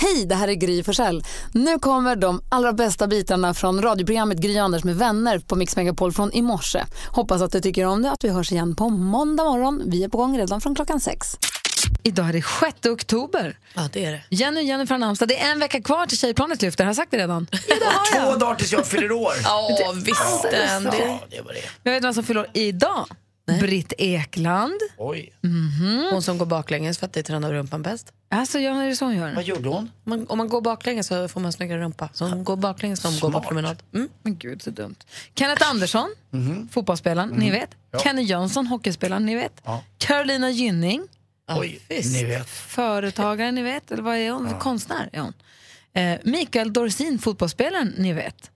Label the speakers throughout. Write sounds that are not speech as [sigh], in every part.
Speaker 1: Hej, det här är Gry Forssell. Nu kommer de allra bästa bitarna från radioprogrammet Gry Anders med vänner på Mix Megapol från i morse. Hoppas att du tycker om det att vi hörs igen på måndag morgon. Vi är på gång redan från klockan sex. Idag är det 6 oktober.
Speaker 2: Ja, det är det.
Speaker 1: Jenny och Jennifer har namnsdag. Det är en vecka kvar till Tjejplanet lyfter. Har jag sagt det redan? [laughs] Ja, det har jag.
Speaker 3: Två dagar tills jag fyller år.
Speaker 2: Ja, visst. den. Det-
Speaker 3: Ja, det var det.
Speaker 1: Men vet du vem som fyller år idag? Britt Ekland.
Speaker 3: Oj.
Speaker 2: Hon som går baklänges för att det tränar rumpan bäst.
Speaker 1: Alltså, jag är det så hon gör.
Speaker 3: Vad gjorde hon?
Speaker 2: Man, om man går baklänges så får man snyggare rumpa. Så hon går baklänges när hon går på promenad. Mm.
Speaker 1: Men gud, så dumt. Kenneth Andersson,
Speaker 3: Mhm.
Speaker 1: fotbollsspelaren, ni vet. Kenny Jönsson, hockeyspelaren, ni vet. Carolina Gynning,
Speaker 3: Oj, ni vet.
Speaker 1: företagare, ni vet. Eller vad är hon? Konstnär är hon. Eh, Mikael Dorsin, fotbollsspelaren, ni vet.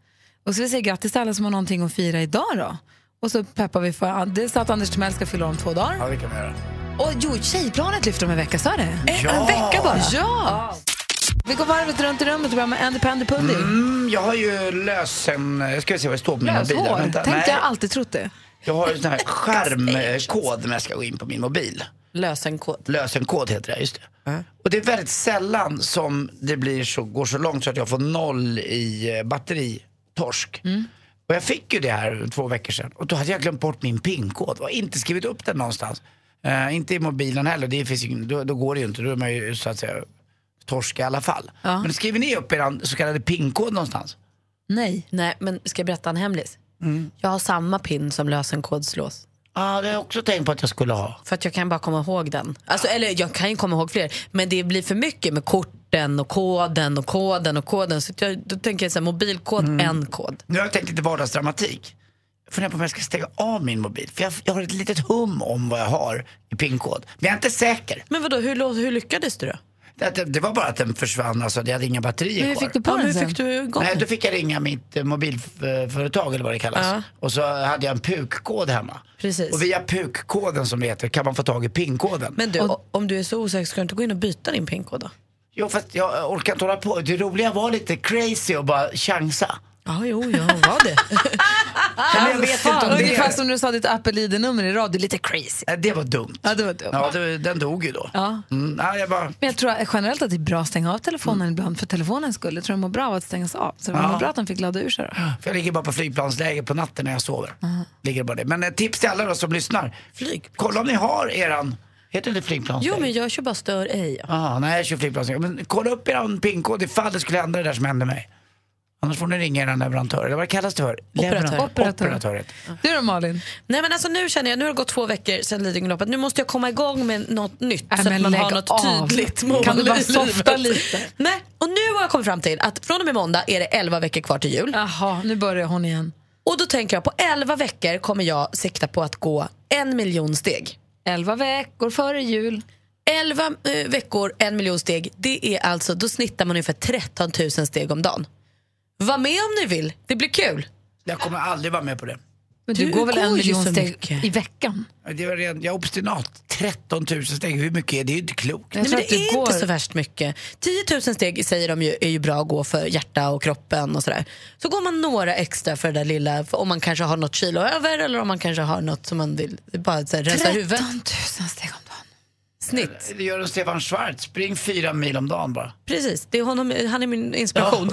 Speaker 1: Och så vill vi säga grattis till alla som har någonting att fira idag då. Och så peppar vi för dels att Anders Timell ska fylla om två dagar.
Speaker 3: Ja, det kan vi göra.
Speaker 1: Och jo, Tjejplanet lyfter om en vecka, sa det?
Speaker 3: Ja.
Speaker 1: Ja! Vi går varvet runt i rummet och börjar med Andy Pandy Pudding.
Speaker 3: Mm, jag har ju lösen... Jag ska se vad det står på mina mobiler.
Speaker 1: Löshår,
Speaker 3: Vänta,
Speaker 1: tänkte
Speaker 3: nej.
Speaker 1: jag alltid trott det.
Speaker 3: Jag har en [laughs] sån här skärmkod när jag ska gå in på min mobil.
Speaker 2: Lösenkod.
Speaker 3: Lösenkod heter det, just det. Och det är väldigt sällan som det blir så, går så långt så att jag får noll i eh, batteritorsk. Och jag fick ju det här två veckor sedan och då hade jag glömt bort min pinkod och inte skrivit upp den någonstans. Eh, inte i mobilen heller, det finns ju, ingen- då, då går det ju inte, då är man ju så att säga torsk i alla fall. Men skriver ni upp er så kallade pinkod någonstans?
Speaker 1: Nej.
Speaker 2: Nej, men ska jag berätta en hemlis? Jag har samma pin som lösenkod slås.
Speaker 3: Ja, det har jag också tänkt på att jag skulle ha.
Speaker 2: För att jag kan bara komma ihåg den. Alltså, eller jag kan ju komma ihåg fler. Men det blir för mycket med korten och koden och koden och koden. Så att jag, då tänker jag så här, mobilkod, en kod.
Speaker 3: Nu har jag tänkt lite vardagsdramatik. Jag funderar på om jag ska stänga av min mobil. För jag, jag har ett litet hum om vad jag har i pinkod. Men jag är inte säker.
Speaker 2: Men vadå, hur, lå- hur lyckades du då?
Speaker 3: Det, det, det var bara att den försvann, alltså. Jag hade inga batterier
Speaker 1: Men hur
Speaker 3: kvar.
Speaker 1: fick du
Speaker 2: Ja,
Speaker 1: på den
Speaker 2: men hur
Speaker 1: sen?
Speaker 2: fick du igång
Speaker 3: Nej,
Speaker 2: den?
Speaker 3: då fick jag ringa mitt eh, mobilföretag eller vad det kallas.
Speaker 2: Ja.
Speaker 3: Och så hade jag en pukkod hemma.
Speaker 2: Precis.
Speaker 3: Och via pukkoden som det heter kan man få tag i pinkoden.
Speaker 2: Men du, om du är så osäker, ska du inte gå in och byta din pinkod då?
Speaker 3: Jo, fast jag orkar inte hålla på. Det roliga var lite crazy och bara chansa.
Speaker 2: Ja, jo, jag [laughs] var det.
Speaker 3: Men jag vet inte om
Speaker 1: Ah, Ungefär
Speaker 3: det...
Speaker 1: som när du sa ditt Apple-ID-nummer i radio, lite crazy.
Speaker 3: Nej, Det var dumt.
Speaker 1: Ja, det var dumt.
Speaker 3: Ja, det, den dog ju då.
Speaker 1: Ja.
Speaker 3: Mm, nej, jag bara...
Speaker 1: Men jag tror generellt att det är bra att stänga av telefonen
Speaker 2: Mm.
Speaker 1: ibland för telefonens skull. Jag tror den mår bra av att stängas av. Så det var
Speaker 3: Ja.
Speaker 1: nog bra att den fick ladda ur sig. då.
Speaker 3: För jag ligger bara på flygplansläge på natten när jag sover. Ligger bara det. Men ett tips till alla då som lyssnar.
Speaker 2: Mm. Flyg.
Speaker 3: Kolla om ni har eran, heter det flygplansläge?
Speaker 2: Jo, men jag kör bara stör ej.
Speaker 3: Ah, nej, jag kör flygplansläge. Men kolla upp eran pinkod ifall det skulle hända det där som hände mig. Annars får ni ringa eran leverantör, eller vad kallas det för?
Speaker 2: Operatör.
Speaker 3: Leverantör.
Speaker 1: Operatör.
Speaker 3: Operatör heter det.
Speaker 1: Du då Malin?
Speaker 2: Nej men alltså nu känner jag, nu har det gått två veckor sedan Lidingöloppet. Nu måste jag komma igång med något nytt
Speaker 1: Äh,
Speaker 2: så
Speaker 1: men
Speaker 2: att man
Speaker 1: lägg
Speaker 2: har något
Speaker 1: av.
Speaker 2: tydligt mål
Speaker 1: Kan du bara
Speaker 2: i
Speaker 1: softa
Speaker 2: livet.
Speaker 1: lite?
Speaker 2: Nej, och nu har jag kommit fram till att från och med måndag är det 11 veckor kvar till jul.
Speaker 1: Jaha, nu börjar hon igen.
Speaker 2: Och då tänker jag på 11 veckor kommer jag sikta på att gå en miljon steg.
Speaker 1: Elva veckor före jul.
Speaker 2: 11 eh, veckor, en miljon steg, det är alltså, då snittar man ungefär 13 000 steg om dagen. Var med om ni vill, det blir kul.
Speaker 3: Jag kommer aldrig vara med på det.
Speaker 1: Men du,
Speaker 2: Du
Speaker 1: går väl
Speaker 2: går
Speaker 1: en
Speaker 2: ju
Speaker 1: miljon
Speaker 2: så
Speaker 1: steg
Speaker 2: mycket.
Speaker 1: i veckan?
Speaker 3: det var redan, jag är obstinat. 13 000 steg, hur mycket är det? Det är ju inte klokt.
Speaker 1: Jag
Speaker 2: Nej,
Speaker 1: tror
Speaker 2: men
Speaker 1: att
Speaker 2: det
Speaker 1: du
Speaker 2: är
Speaker 1: går-
Speaker 2: inte så värst mycket. 10 000 steg säger de ju är ju bra att gå för hjärta och kroppen och sådär. Så går man några extra för det där lilla, för om man kanske har något kilo över eller om man kanske har något som man vill bara så här, rensa
Speaker 1: 13 000
Speaker 2: huvudet.
Speaker 1: steg om dagen.
Speaker 2: Snitt.
Speaker 3: Det gör en Stefan Schwarz, spring fyra mil om dagen bara.
Speaker 2: Precis, det är honom, han är min inspiration.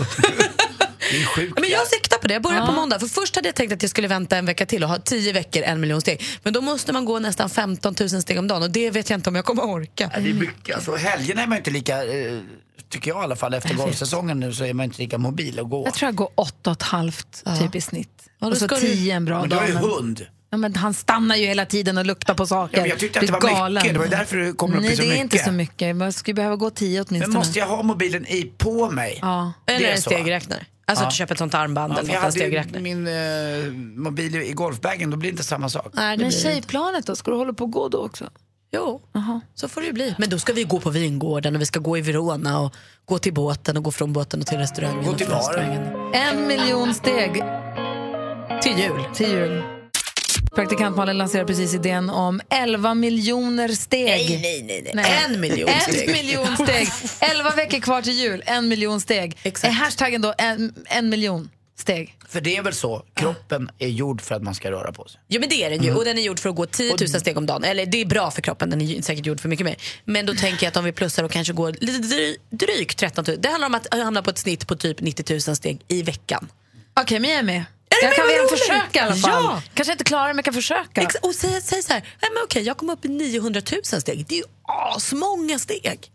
Speaker 3: Det är
Speaker 2: [laughs]
Speaker 3: sjukt.
Speaker 2: Men jag siktar på det, jag börjar på måndag. För först hade jag tänkt att jag skulle vänta en vecka till och ha 10 veckor, en miljon steg. Men då måste man gå nästan 15 000 steg om dagen och det vet jag inte om jag kommer orka.
Speaker 3: Ja, Det är
Speaker 1: Mm.
Speaker 3: mycket. Alltså, helgerna är man inte lika, eh, tycker jag i alla fall, efter golfsäsongen nu så är man inte lika mobil att gå.
Speaker 1: Alltså, Jag tror jag går åtta och ett halvt typ i snitt.
Speaker 2: Ja, då
Speaker 1: och så
Speaker 2: ska du-
Speaker 1: tio en bra
Speaker 3: Men du har
Speaker 1: dag.
Speaker 3: ju
Speaker 1: men-
Speaker 3: hund.
Speaker 1: Ja, men han stannar ju hela tiden och luktar på saker.
Speaker 3: Ja, men jag tyckte att det
Speaker 1: Blir
Speaker 3: var mycket.
Speaker 1: galen.
Speaker 3: Det var ju därför du kommer upp i
Speaker 1: Nej,
Speaker 3: så
Speaker 1: det är
Speaker 3: mycket.
Speaker 1: inte så mycket. Man skulle behöva gå tio
Speaker 3: Men
Speaker 1: åtminstone.
Speaker 3: måste jag ha mobilen i på mig?
Speaker 1: Ja.
Speaker 3: Det
Speaker 2: Eller
Speaker 3: är
Speaker 2: en
Speaker 3: så.
Speaker 2: stegräknare. Alltså att du köper ett sånt armband
Speaker 3: Ja, för
Speaker 2: eller
Speaker 3: jag
Speaker 2: något, en
Speaker 3: hade ju
Speaker 2: stegräknare.
Speaker 3: min eh, mobil i golfbagen, då blir det inte samma sak.
Speaker 2: Nej, det
Speaker 1: Men
Speaker 2: blir det inte.
Speaker 1: tjejplanet då? Ska du hålla på och gå då också?
Speaker 2: Jo, så får det ju bli. Men då ska vi gå på vingården och vi ska gå i Verona och gå till båten och gå från båten och till restaurangen.
Speaker 3: Gå
Speaker 2: och
Speaker 3: till
Speaker 2: från
Speaker 3: baren.
Speaker 2: restaurangen.
Speaker 1: En miljon steg
Speaker 2: Till jul.
Speaker 1: till jul. Praktikant Malin lanserar precis idén om 11 miljoner steg.
Speaker 2: Nej, nej, nej. nej. En miljon steg.
Speaker 1: En miljon steg. 11 veckor kvar till jul, en miljon steg.
Speaker 2: Exakt.
Speaker 1: Är hashtaggen då en, en miljon steg?
Speaker 3: För det är väl så, kroppen är gjord för att man ska röra på sig.
Speaker 2: Ja men det är den ju Mm. och den är gjord för att gå 10 000 steg om dagen. Eller det är bra för kroppen, den är ju säkert gjord för mycket mer. Men då tänker jag att om vi plussar och kanske går lite dry- drygt 13 000. Det handlar om att hamna på ett snitt på typ 90 000 steg i veckan.
Speaker 1: Okej, men jag är med.
Speaker 2: men
Speaker 1: Jag kan
Speaker 2: vad
Speaker 1: väl
Speaker 2: roligt!
Speaker 1: försöka i alla fall.
Speaker 2: Ja!
Speaker 1: Kanske inte klara det, men jag kan försöka.
Speaker 2: Ex- och säg, säg så här, nej men okej jag kom upp i 900 000 steg. Det är ju asmånga steg.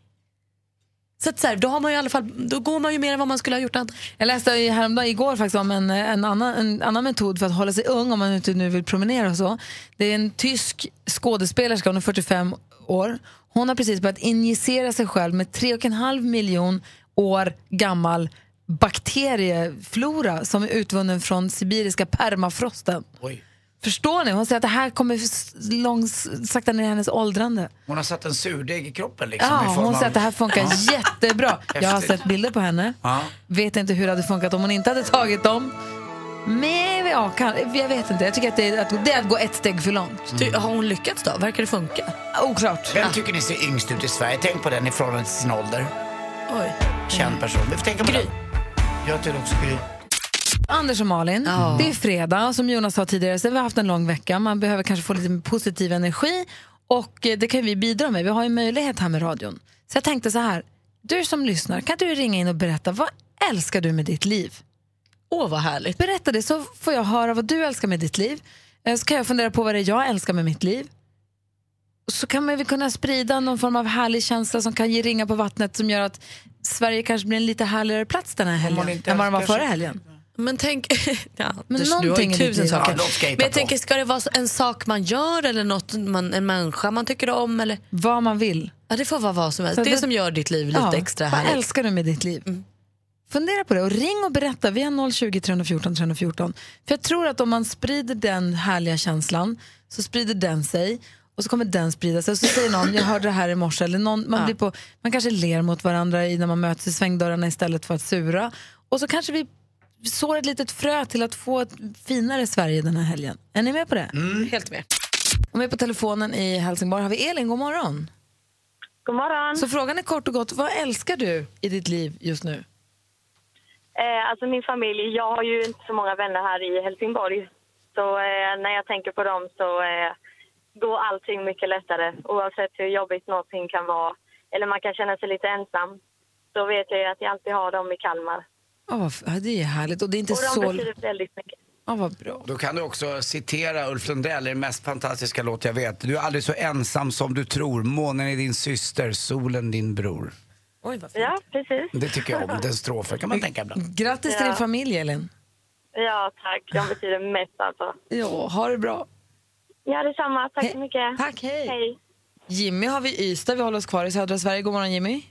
Speaker 2: Så, att så här, då, har man ju i alla fall, då går man ju mer än vad man skulle ha gjort annars.
Speaker 1: Jag läste ju häromdagen, igår faktiskt om en, en, annan, en annan metod för att hålla sig ung om man inte nu vill promenera och så. Det är en tysk skådespelerska, hon är 45 år. Hon har precis börjat injicera sig själv med 3,5 miljon år gammal bakterieflora som är utvunnen från sibiriska permafrosten.
Speaker 3: Oj.
Speaker 1: Förstår ni? Hon säger att det här kommer s- långs, sakta ner hennes åldrande.
Speaker 3: Hon har satt en surdeg i kroppen liksom. i
Speaker 1: Ja,
Speaker 3: form
Speaker 1: hon
Speaker 3: av-
Speaker 1: säger att det här funkar jättebra. Jag har sett bilder på henne.
Speaker 3: Ja.
Speaker 1: Vet inte hur det hade funkat om hon inte hade tagit dem. Men ja, kan, jag vet inte. Jag tycker att det, är, att det är att gå ett steg för långt.
Speaker 2: Du, har hon lyckats då? Verkar det funka?
Speaker 1: Oklart.
Speaker 3: Vem tycker ni ser yngst ut i Sverige? Tänk på den i förhållande till sin ålder.
Speaker 2: Oj.
Speaker 1: Mm.
Speaker 3: Känd person. Vi får tänka på den. Jag tycker också Gry.
Speaker 1: Anders och Malin, det är fredag. Som Jonas sa tidigare så har vi haft en lång vecka. Man behöver kanske få lite positiv energi. Och eh, det kan vi bidra med. Vi har ju möjlighet här med radion. Så jag tänkte så här. Du som lyssnar, kan du ringa in och berätta vad älskar du med ditt liv?
Speaker 2: Åh vad härligt.
Speaker 1: Berätta det så får jag höra vad du älskar med ditt liv. Eh, Så kan jag fundera på vad det är jag älskar med mitt liv. Så kan man väl kunna sprida någon form av härlig känsla som kan ge ringa på vattnet som gör att Sverige kanske blir en lite härligare plats den här
Speaker 3: man
Speaker 1: helgen
Speaker 3: inte
Speaker 1: än vad den var
Speaker 3: älskar
Speaker 1: förra
Speaker 3: sig.
Speaker 1: helgen.
Speaker 2: Men tänk, [laughs] ja,
Speaker 1: Men
Speaker 2: du, du har
Speaker 1: någonting
Speaker 2: ju
Speaker 1: i ditt
Speaker 2: tusen
Speaker 1: liv.
Speaker 2: saker.
Speaker 3: Ja, de ska jag hitta
Speaker 2: men jag
Speaker 3: på.
Speaker 2: tänker, ska det vara så- en sak man gör eller något man, en människa man tycker om? Eller?
Speaker 1: Vad man vill.
Speaker 2: Ja, det får vara vad som helst.
Speaker 1: Så
Speaker 2: Det
Speaker 1: det-
Speaker 2: som gör ditt liv lite
Speaker 1: Ja,
Speaker 2: extra
Speaker 1: vad
Speaker 2: härligt. Mm.
Speaker 1: älskar du med ditt liv? Fundera på det och ring och berätta. Vi har 020 314 314. För jag tror att om man sprider den härliga känslan så sprider den sig och så kommer den sprida sig. Och så säger någon, jag hörde det här i morse. Eller någon, man, blir på, man kanske ler mot varandra i- när man möts i svängdörrarna istället för att sura. Och så kanske vi sår ett litet frö till att få ett finare Sverige den här helgen. Är ni med på det?
Speaker 2: Mm. Helt med.
Speaker 1: Och med på telefonen i Helsingborg har vi Elin, god morgon.
Speaker 4: God morgon.
Speaker 1: Så frågan är kort och gott, vad älskar du i ditt liv just nu?
Speaker 4: Eh, alltså min familj, jag har ju inte så många vänner här i Helsingborg. Så eh, när jag tänker på dem så eh, går allting mycket lättare. Oavsett hur jobbigt någonting kan vara. Eller man kan känna sig lite ensam. Så vet jag ju att jag alltid har dem i Kalmar.
Speaker 1: Ja, vad f- ja, det är härligt. Och det är inte
Speaker 4: Och de
Speaker 1: så...
Speaker 4: betyder väldigt mycket.
Speaker 1: Ja, vad bra.
Speaker 3: Då kan du också citera Ulf Lundell i den mest fantastiska låt jag vet. Du är aldrig så ensam som du tror. Månen är din syster, solen din bror.
Speaker 4: Ja, precis.
Speaker 3: Det tycker jag om. Den strofen kan man
Speaker 1: Mm.
Speaker 3: tänka ibland.
Speaker 1: Grattis till
Speaker 4: Ja.
Speaker 1: din familj, Elin.
Speaker 4: Ja, tack. De betyder mest alltså.
Speaker 1: Ja, ha det bra.
Speaker 4: Ja, detsamma. Tack så
Speaker 1: Hej.
Speaker 4: mycket.
Speaker 1: Tack, hej.
Speaker 4: Hej.
Speaker 1: Jimmy har vi i Ystad. Vi håller oss kvar i södra Sverige. God morgon, Jimmy.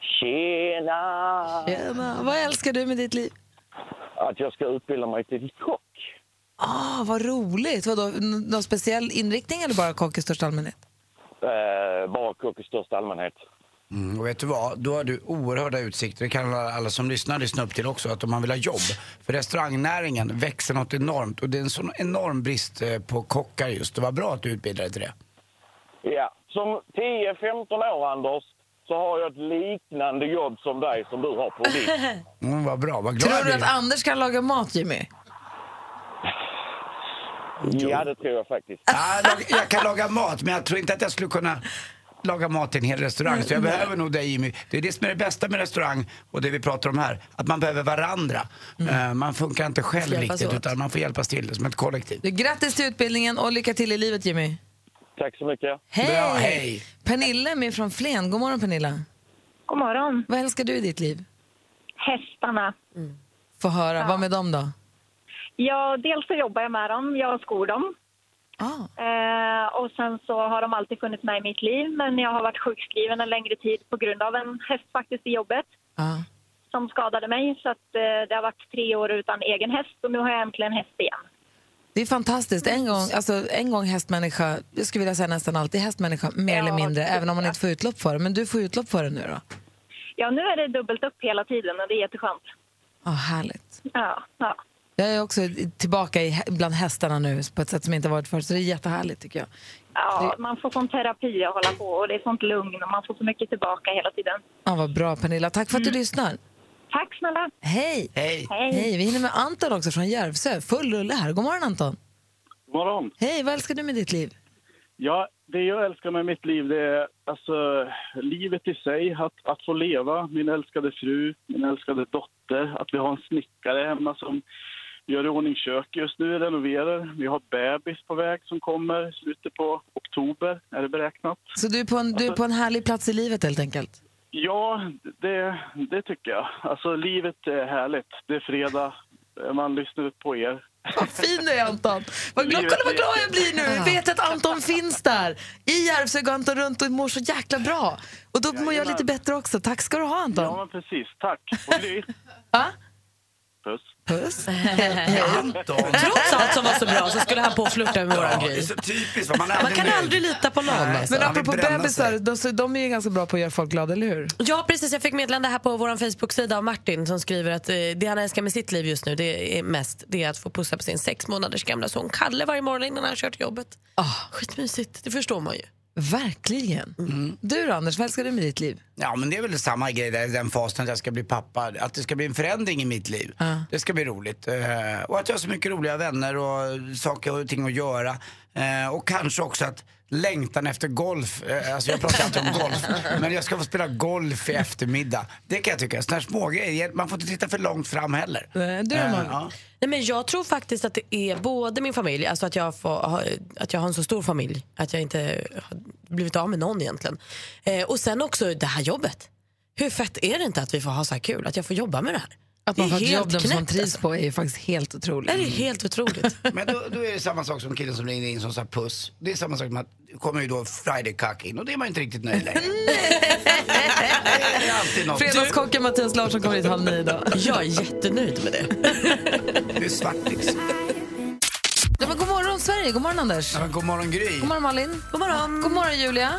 Speaker 5: Tjena!
Speaker 1: Tjena. Vad älskar du med ditt liv?
Speaker 5: Att jag ska utbilda mig till kock?
Speaker 1: Ah, vad roligt. Vadå, n- någon speciell inriktning eller bara kock i största allmänhet?
Speaker 5: Eh, bara kock i största allmänhet.
Speaker 3: Mm, och vet du vad? Då har du oerhörda utsikter. Det kan alla, alla som lyssnar lyssna upp till också. Att om man vill ha jobb. För restaurangnäringen växer något enormt. Och det är en sån enorm brist eh, på kockar just. Det var bra att du utbildade dig till det.
Speaker 5: Ja. Som 10-15 år, Anders, så har jag ett liknande jobb som dig som du har på ditt.
Speaker 3: Mm, vad bra. Vad glad
Speaker 1: Tror
Speaker 3: jag
Speaker 1: du
Speaker 3: blir.
Speaker 1: att Anders kan laga mat, Jimmy?
Speaker 5: [laughs] ja, det tror jag faktiskt.
Speaker 3: Ja, jag, jag kan laga mat, men jag tror inte att jag skulle kunna laga mat till en hel restaurang. Så jag behöver nog dig Jimmy. Det är det som är det bästa med restaurang och det vi pratar om här. Att man behöver varandra. Eh, Man funkar inte själv
Speaker 2: Mm. Hjälpas
Speaker 3: riktigt
Speaker 2: åt.
Speaker 3: utan man får hjälpas till som ett kollektiv.
Speaker 1: Du, grattis till utbildningen och lycka till i livet, Jimmy.
Speaker 5: Tack så mycket.
Speaker 1: Hej!
Speaker 3: Bra, hej.
Speaker 1: Pernilla är med från Flen. God morgon, Pernilla.
Speaker 4: God morgon.
Speaker 1: Vad älskar du i ditt liv?
Speaker 4: Hästarna.
Speaker 1: Få höra. Vad med dem då?
Speaker 4: Ja, dels så jobbar jag med dem. Jag skor dem.
Speaker 1: Ah.
Speaker 4: Eh, och sen så har de alltid funnits med i mitt liv men jag har varit sjukskriven en längre tid på grund av en häst faktiskt i jobbet
Speaker 1: Ah.
Speaker 4: som skadade mig så att eh, det har varit tre år utan egen häst och nu har jag äntligen häst igen.
Speaker 1: Det är fantastiskt. En gång, alltså, en gång hästmänniska, jag skulle vilja säga nästan alltid hästmänniska, mer
Speaker 4: Ja,
Speaker 1: eller mindre,
Speaker 4: det
Speaker 1: även om man
Speaker 4: är.
Speaker 1: inte får utlopp för det. Men du får utlopp för det nu då?
Speaker 4: Ja, nu är det dubbelt upp hela tiden och det är jätteskönt.
Speaker 1: Ja, härligt.
Speaker 4: Ja, ja.
Speaker 1: Jag är också tillbaka i, hä- bland hästarna nu på ett sätt som jag inte har varit förut, så det är jättehärligt tycker jag.
Speaker 4: Ja, man får sån terapi att hålla på och det är sånt lugn och man får så mycket tillbaka hela tiden.
Speaker 1: Ja, vad bra Pernilla, tack för att du lyssnar.
Speaker 4: Tack snälla!
Speaker 1: Hej!
Speaker 3: Hej.
Speaker 4: Mm. Hej!
Speaker 1: Hej, vi hinner med Anton också från Järvsö. Full rulle här. God morgon Anton.
Speaker 5: Morgon.
Speaker 1: Hej, vad älskar du med ditt liv?
Speaker 5: Ja, det jag älskar med mitt liv det är alltså, livet i sig. Att, att få leva, min älskade fru, min älskade dotter. Att vi har en snickare hemma som gör i ordning kök just nu, renoverar. Vi har bebis på väg som kommer i slutet på oktober, är det beräknat.
Speaker 1: Så du är, på en, du är på en härlig plats i livet helt enkelt.
Speaker 5: Ja, det, det tycker jag. Alltså livet är härligt. Det är fredag, man lyssnar på er.
Speaker 1: Vad fin du är Anton! Vad glad, kolla vad glad jag blir nu! Jag vet att Anton finns där. I Järvsö går Anton runt och mår så jäkla bra. Och då mår jag
Speaker 5: Jajamän.
Speaker 1: lite bättre också. Tack ska du ha
Speaker 5: Ja,
Speaker 1: Anton.
Speaker 5: men precis. Tack. Och Gry,
Speaker 1: Va?
Speaker 5: Puss.
Speaker 1: Puss.
Speaker 3: Anton!
Speaker 2: Trots allt som var så bra så skulle han på och flirta med våran
Speaker 3: Ja, det är
Speaker 2: grej.
Speaker 3: så typiskt. va? Man, är
Speaker 2: Man kan
Speaker 3: nöjd.
Speaker 2: aldrig lita på någon.
Speaker 3: Nej.
Speaker 2: Alltså.
Speaker 1: Men
Speaker 3: Ja, vi
Speaker 1: apropå
Speaker 3: bränner
Speaker 1: bebisar,
Speaker 3: sig.
Speaker 1: de, så- de är ju ganska bra på att göra folk glada, eller hur?
Speaker 2: Ja, precis. Jag fick meddelande här på vår Facebook-sida av Martin som skriver att eh, det han älskar med sitt liv just nu det är mest det är att få pussa på sin sex månaders gamla son Kalle varje morgon innan han kör till jobbet. Skitmysigt, det förstår man ju.
Speaker 1: Verkligen. Du då, Anders, vad älskar du med ditt liv?
Speaker 3: Ja men det är väl samma grej där, i den fasen att jag ska bli pappa. Att det ska bli en förändring i mitt liv. Det ska bli roligt. Eh, och att jag har så mycket roliga vänner och saker och ting att göra. Eh, och kanske också att längtan efter golf. Eh, alltså jag pratar inte om golf. Men jag ska få spela golf i eftermiddag. Det kan jag tycka. Sådana här smågrejer. Man får inte titta för långt fram heller.
Speaker 1: Eh, Du då,
Speaker 3: Eh,
Speaker 1: Malin?
Speaker 3: ja.
Speaker 2: Nej, men jag tror faktiskt att det är både min familj, alltså att jag, får, ha- att jag har en så stor familj att jag inte har blivit av med någon egentligen. Eh, och sen också det här jobbet. Hur fett är det inte att vi får ha så här kul, att jag får jobba med det här?
Speaker 1: Att man
Speaker 2: det
Speaker 1: får
Speaker 2: är
Speaker 1: ett jobb
Speaker 2: helt
Speaker 1: som man
Speaker 2: knäppt,
Speaker 1: trivs
Speaker 2: alltså.
Speaker 1: på är ju faktiskt helt otroligt.
Speaker 2: Nej, Det är helt otroligt.
Speaker 3: Men då, då är det samma sak som killen som ringde in som sa puss. Det är samma sak med att det kommer ju då Friday Cuck in och det är man ju inte riktigt nöjd längre. det är alltid något.
Speaker 1: Fredagskocken Mattias Larsson kommer hit halv nio idag.
Speaker 2: jag är jättenöjd med det.
Speaker 3: Det är svart liksom.
Speaker 1: Ja, men god morgon Sverige, god morgon Anders.
Speaker 3: Ja, men god morgon Gry.
Speaker 1: God morgon Malin. God morgon. God morgon Julia.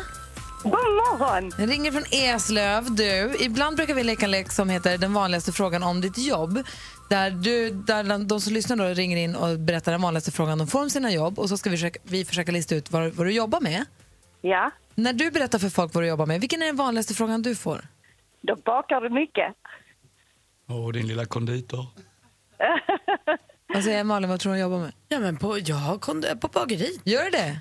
Speaker 4: God morgon!
Speaker 1: Jag ringer från Eslöv. Du, ibland brukar vi leka en lek som heter den vanligaste frågan om ditt jobb. Där, du, där de som lyssnar då ringer in och berättar den vanligaste frågan de får om sina jobb och så ska vi försöka, vi försöka lista ut vad, vad du jobbar med.
Speaker 4: Ja,
Speaker 1: När du berättar för folk vad du jobbar med, vilken är den vanligaste frågan du får?
Speaker 4: då bakar du mycket.
Speaker 3: Åh, din lilla konditor.
Speaker 1: Vad säger Malin, vad tror du hon jobbar med?
Speaker 2: Ja, men på, jag kom på bageri.
Speaker 1: Gör du det?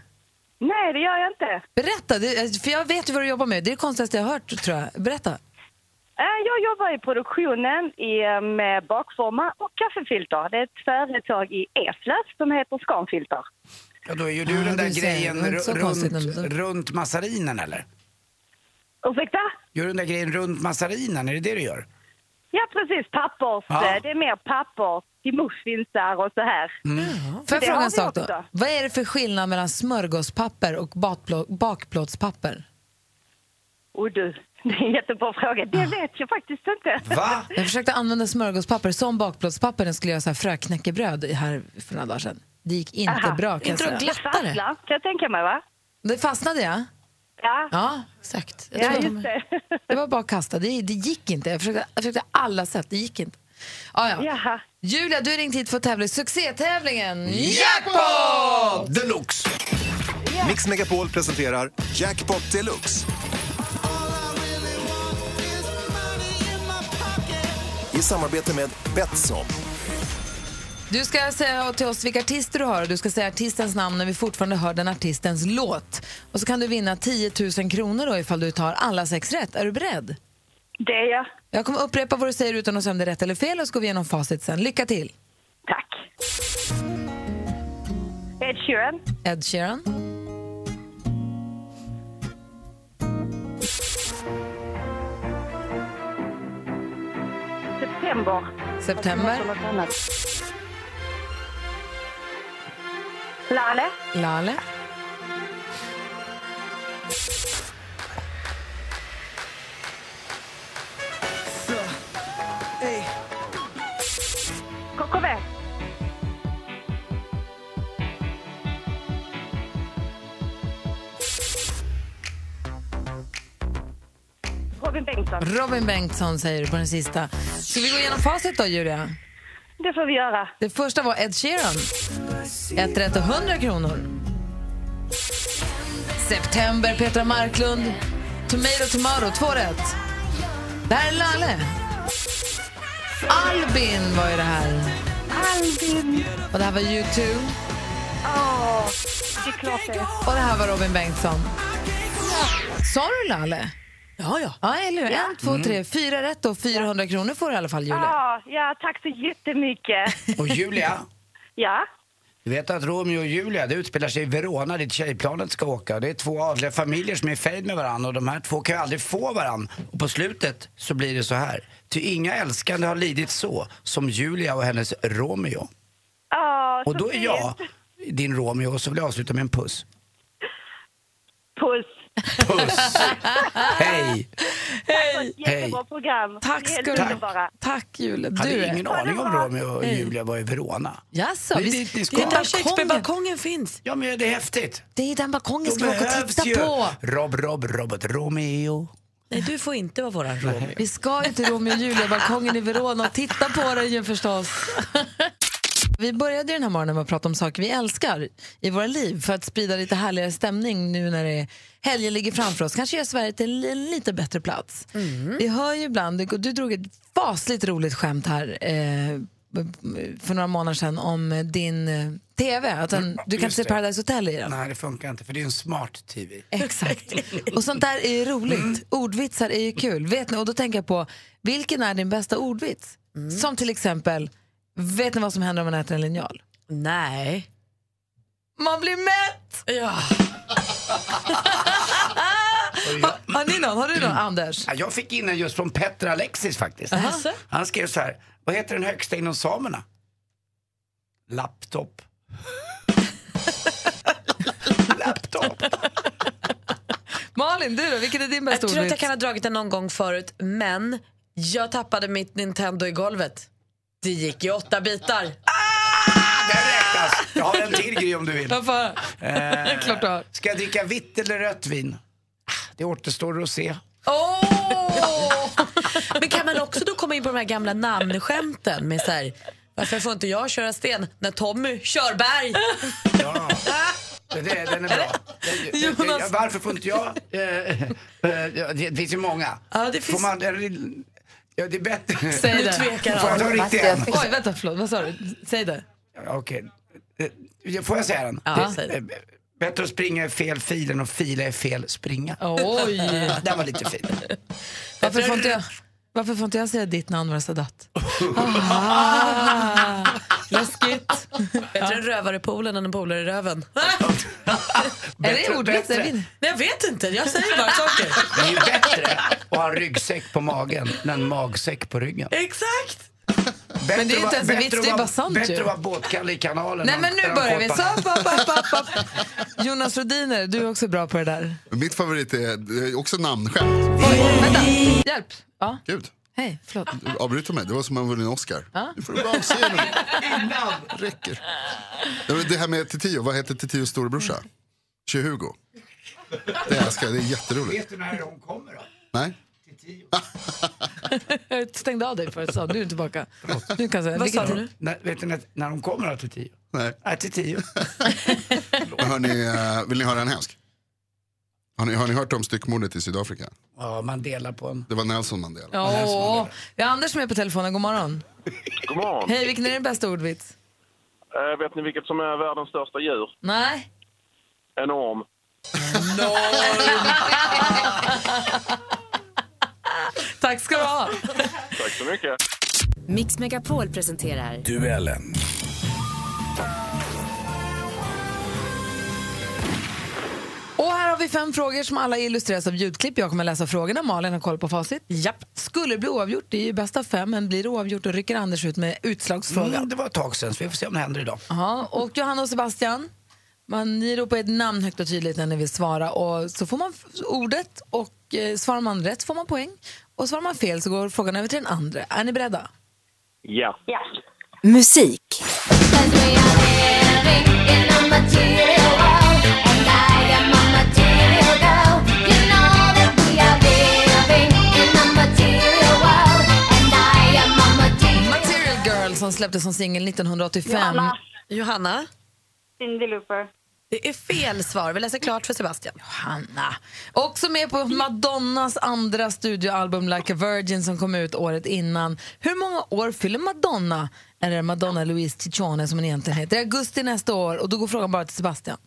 Speaker 4: Nej, det gör jag inte.
Speaker 1: Berätta, det, alltså, för jag vet ju vad du jobbar med. Det är det konstigaste jag har hört, tror jag. Berätta.
Speaker 4: Eh, Jag jobbar i produktionen i, eh, med bakformar och kaffefilter. Det är ett företag i Eslöv som heter Scanfilter.
Speaker 3: Ja, då är ju du
Speaker 1: Ja,
Speaker 3: den där
Speaker 1: du ser.
Speaker 3: grejen
Speaker 1: Det var inte så
Speaker 3: ru-
Speaker 1: konstigt
Speaker 3: runt,
Speaker 1: ändå.
Speaker 3: runt massarinen eller?
Speaker 4: Ursäkta?
Speaker 3: Gör du den där grejen runt massarinen, är det det du gör?
Speaker 4: Ja, precis. Pappers.
Speaker 3: Ja.
Speaker 4: eh, Det är mer papper till muffinsar och så här.
Speaker 1: Får jag
Speaker 4: Det
Speaker 1: fråga
Speaker 4: har
Speaker 1: en
Speaker 4: vi
Speaker 1: sak då?
Speaker 4: också.
Speaker 1: Vad är det för skillnad mellan smörgåspapper och bakplå- bakplåtspapper?
Speaker 4: Och du, det är en jättebra fråga. Det vet jag faktiskt inte.
Speaker 3: Va?
Speaker 1: Jag försökte använda smörgåspapper som bakplåtspapper när jag skulle göra så här fröknäckebröd här för några dagar sedan. Det gick inte
Speaker 4: Aha.
Speaker 1: bra kan jag
Speaker 2: Inte de
Speaker 1: säga.
Speaker 2: glatt- Lättare.
Speaker 4: Fastlar, kan jag tänka mig, va?
Speaker 1: Det fastnade jag.
Speaker 4: Ja,
Speaker 1: Ja,
Speaker 2: Exakt. Jag
Speaker 4: ja
Speaker 2: tror
Speaker 4: just det. [laughs]
Speaker 1: det var bara att kasta. Det, det gick inte. Jag försökte, jag försökte alla sätt, det gick inte. Ah, ja.
Speaker 4: Jaha.
Speaker 1: Julia, du har ringt hit för att tävla i succétävlingen.
Speaker 3: Jackpot! Deluxe!
Speaker 6: Mix Megapol presenterar Jackpot Deluxe. I samarbete med Betsson.
Speaker 1: Du ska säga till oss vilka artister du hör och du ska säga artistens namn när vi fortfarande hör den artistens låt. Och så kan du vinna 10 000 kronor då ifall du tar alla sex rätt. Är du beredd?
Speaker 4: Det är jag.
Speaker 1: Jag kommer upprepa vad du säger utan att säga om det är rätt eller fel och så går vi igenom facit sen. Lycka till!
Speaker 4: Tack. Ed Sheeran,
Speaker 1: Ed Sheeran,
Speaker 4: September.
Speaker 1: September,
Speaker 4: Lale,
Speaker 1: Lale,
Speaker 4: KKV. Robin Bengtsson.
Speaker 1: Robin Bengtsson säger du på den sista. Ska vi gå igenom facit då Julia?
Speaker 4: det får vi göra.
Speaker 1: Det första var Ed Sheeran. Ett rätt och 100 kronor. September, Petra Marklund. Tomato, tomato, två rätt. Det här är Lalle. Albin var ju det här.
Speaker 4: Albin!
Speaker 1: Och det här var U2.
Speaker 4: Åh, det är klart det.
Speaker 1: Och det här var Robin Bengtsson. Sa du Lalle?
Speaker 2: Ja, ja.
Speaker 1: Ja, eller hur? En, två, tre, fyra rätt och 400 kronor får du i alla fall, Julia.
Speaker 4: Ja, ja, tack så [laughs] jättemycket.
Speaker 3: Och Julia,
Speaker 4: Ja.
Speaker 3: du vet att Romeo och Julia, det utspelar sig i Verona dit tjejplanet ska åka. Det är två adliga familjer som är i fejd med varandra och de här två kan ju aldrig få varandra. Och på slutet så blir det så här. Ty inga älskande har lidit så som Julia och hennes Romeo.
Speaker 4: Åh,
Speaker 3: Och
Speaker 4: så
Speaker 3: då är
Speaker 4: fint.
Speaker 3: jag din Romeo och så vill jag avsluta med en puss.
Speaker 4: Puss.
Speaker 3: Puss!
Speaker 1: [laughs]
Speaker 3: Hej!
Speaker 4: Hej. Jättebra program.
Speaker 1: Tack
Speaker 4: Ni är
Speaker 1: ska
Speaker 4: helt
Speaker 1: du
Speaker 4: underbara.
Speaker 1: Tack, Julia.
Speaker 3: Jag
Speaker 1: Du
Speaker 3: hade
Speaker 1: är...
Speaker 3: ingen aning om Romeo och Julia var i Verona.
Speaker 1: Jaså,
Speaker 3: Det är
Speaker 1: vi-
Speaker 3: dit ni ska.
Speaker 1: det är
Speaker 3: Ja,
Speaker 1: där balkongen.
Speaker 2: Shakespeare-balkongen finns.
Speaker 3: Ja men det är häftigt.
Speaker 1: Det är den balkongen
Speaker 3: De
Speaker 1: ska vi åka och
Speaker 3: behövs
Speaker 1: titta
Speaker 3: ju.
Speaker 1: på.
Speaker 3: Rob, Rob, Robert, Romeo.
Speaker 2: Nej, du får inte vara våran Romeo.
Speaker 1: Vi ska ju till Romeo och Julia-balkongen i Verona och titta på den ju
Speaker 3: [laughs]
Speaker 1: förstås. Vi började ju den här morgonen med att prata om saker vi älskar i våra liv för att sprida lite härligare stämning nu när det är helgen ligger framför oss. Kanske gör Sverige till en lite bättre plats.
Speaker 3: Mm.
Speaker 1: Vi hör ju ibland, du, du drog ett fasligt roligt skämt här eh, för några månader sedan om din eh, TV, att den, du kan
Speaker 3: Mm, just
Speaker 1: se
Speaker 3: det.
Speaker 1: Paradise Hotel i den.
Speaker 3: Nej det funkar inte för det är en smart TV.
Speaker 1: Eh. Exakt. Och sånt där är ju roligt. Ordvitsar är ju kul. Vet ni, och då tänker jag på, vilken är din bästa ordvits? Som till exempel, vet ni vad som händer om man äter en linjal?
Speaker 2: Nej.
Speaker 1: Man blir mätt!
Speaker 2: Ja.
Speaker 1: [laughs] Har, har ni någon? Har du någon, Anders?
Speaker 3: Ja, Jag fick in en just från Petter Alexis faktiskt.
Speaker 2: Jaså?
Speaker 3: Han skrev så här. Vad heter den högsta inom samerna? Laptop. [laughs] Laptop.
Speaker 1: Malin, du då? Vilken är din
Speaker 2: Jag
Speaker 1: bästa
Speaker 2: tror att
Speaker 1: ordvits?
Speaker 2: jag kan ha dragit den någon gång förut, men jag tappade mitt Nintendo i golvet. Det gick i åtta bitar.
Speaker 3: Den räknas. Jag har en till grej om du vill.
Speaker 1: Jag får höra.
Speaker 3: Eh,
Speaker 1: Klart du har.
Speaker 3: Ska jag dricka vitt eller rött vin? Ah, Det återstår att se.
Speaker 2: Åh! Men kan man också då komma in på de här gamla namnskämten med så här, varför får inte jag köra sten när Tommy kör berg?
Speaker 3: Ja. Det, det, den är bra. Det- det-
Speaker 1: Jonas.
Speaker 3: det- varför får inte jag... Eh, eh, ja, det finns ju många.
Speaker 2: Ja, det finns-
Speaker 3: Får man, en- ja, det är bättre.
Speaker 1: Säg
Speaker 2: Nu
Speaker 1: det.
Speaker 2: tvekar
Speaker 3: [laughs] Får jag
Speaker 2: han.
Speaker 3: ta riktigt en?
Speaker 1: Oj, vänta, förlåt. Vad sa du? Säg det.
Speaker 3: Ja, Okej. Eh, Får jag säga den?
Speaker 2: Ja,
Speaker 3: Det-
Speaker 2: säg det.
Speaker 3: eh, Bättre att springa i fel fil än att fila i fel springa.
Speaker 1: Oj!
Speaker 3: Den var
Speaker 1: [laughs]
Speaker 3: lite fin.
Speaker 1: Varför får inte jag, varför får inte jag säga ditt namn när Sadat? Läskigt.
Speaker 2: Bättre en rövare i poolen än en polare i röven.
Speaker 1: Ah, Är
Speaker 3: Bättre-
Speaker 1: det ordvits? Är
Speaker 3: bättre.
Speaker 1: det-
Speaker 2: Nej, jag vet inte, jag säger
Speaker 1: [laughs]
Speaker 2: bara saker.
Speaker 3: Det är ju bättre att ha en ryggsäck på magen än en magsäck på ryggen.
Speaker 2: Exakt!
Speaker 3: Bättre
Speaker 1: det är ju inte
Speaker 3: att
Speaker 1: ens en
Speaker 3: vara-
Speaker 1: vits,
Speaker 3: bättre
Speaker 1: det är bara
Speaker 3: att vara-
Speaker 1: sant ju.
Speaker 3: Bättre att vara båtkalle i kanalen.
Speaker 1: Nej
Speaker 3: än-
Speaker 1: men nu
Speaker 3: än
Speaker 1: börjar vi. Så,
Speaker 3: kåpan.
Speaker 1: upp, upp, upp, upp, upp. Jonas Rodiner, du är också bra på det där.
Speaker 7: Mitt favorit är, det är också namnskämt.
Speaker 1: Vänta, hjälp. Ja,
Speaker 7: Gud,
Speaker 1: hej, förlåt.
Speaker 7: du avbryter mig. Det var som om man vunnit en Oscar. Nu får du bara avse dig. räcker. Ja, men Det här med Titiyo, vad heter Titios storebrorsa? Tje-Hugo. Det älskar jag, det är jätteroligt.
Speaker 3: Vet du när hon kommer då?
Speaker 7: Nej?
Speaker 1: Jag stängde av dig förut, så nu är du tillbaka. Nu kan jag säga.
Speaker 2: Vad sa
Speaker 1: vilket-
Speaker 2: du nu?
Speaker 3: När, vet du när, när hon kommer då till tio?
Speaker 7: Nej.
Speaker 3: Nej, till tio.
Speaker 7: Men hörni, eh, vill ni höra en hemsk? Har ni, har ni hört om styckmordet i Sydafrika?
Speaker 3: Ja, man delar på en.
Speaker 7: Det var Nelson Mandela.
Speaker 1: Åh, vi har Anders med på telefonen. God morgon.
Speaker 5: God morgon.
Speaker 1: Hej, vilken är din bästa ordvits?
Speaker 5: Eh, vet ni vilket som är världens största djur?
Speaker 1: Nej?
Speaker 5: En orm.
Speaker 1: Tack ska du ha.
Speaker 5: Tack så mycket.
Speaker 8: Mix Megapol presenterar
Speaker 3: Duellen.
Speaker 1: Och här har vi fem frågor som alla illustreras av ljudklipp. Jag kommer läsa frågorna, Malin har koll på facit. Japp. Skulle det bli oavgjort, det är ju bästa av fem, men blir det oavgjort då rycker Anders ut med utslagsfrågan.
Speaker 3: Mm, det var ett tag sedan, så vi får se om det händer idag.
Speaker 1: Ja, och Johanna och Sebastian, man, ni ropar ett namn högt och tydligt när ni vill svara. Och så får man f- ordet och eh, svarar man rätt får man poäng. Och svarar man fel så går frågan över till den andra. Är ni beredda?
Speaker 5: Ja.
Speaker 4: Ja.
Speaker 8: musik.
Speaker 1: Material Girl som släpptes som singel 1985.
Speaker 2: Johanna. Johanna?
Speaker 4: Cindy Looper.
Speaker 1: Det är fel svar. Vi läser klart för Sebastian. Johanna. Också med på Madonnas andra studioalbum Like a Virgin som kom ut året innan. Hur många år fyller Madonna, eller Madonna Louise Ciccione som hon egentligen heter, i augusti nästa år? Och då går frågan bara till Sebastian.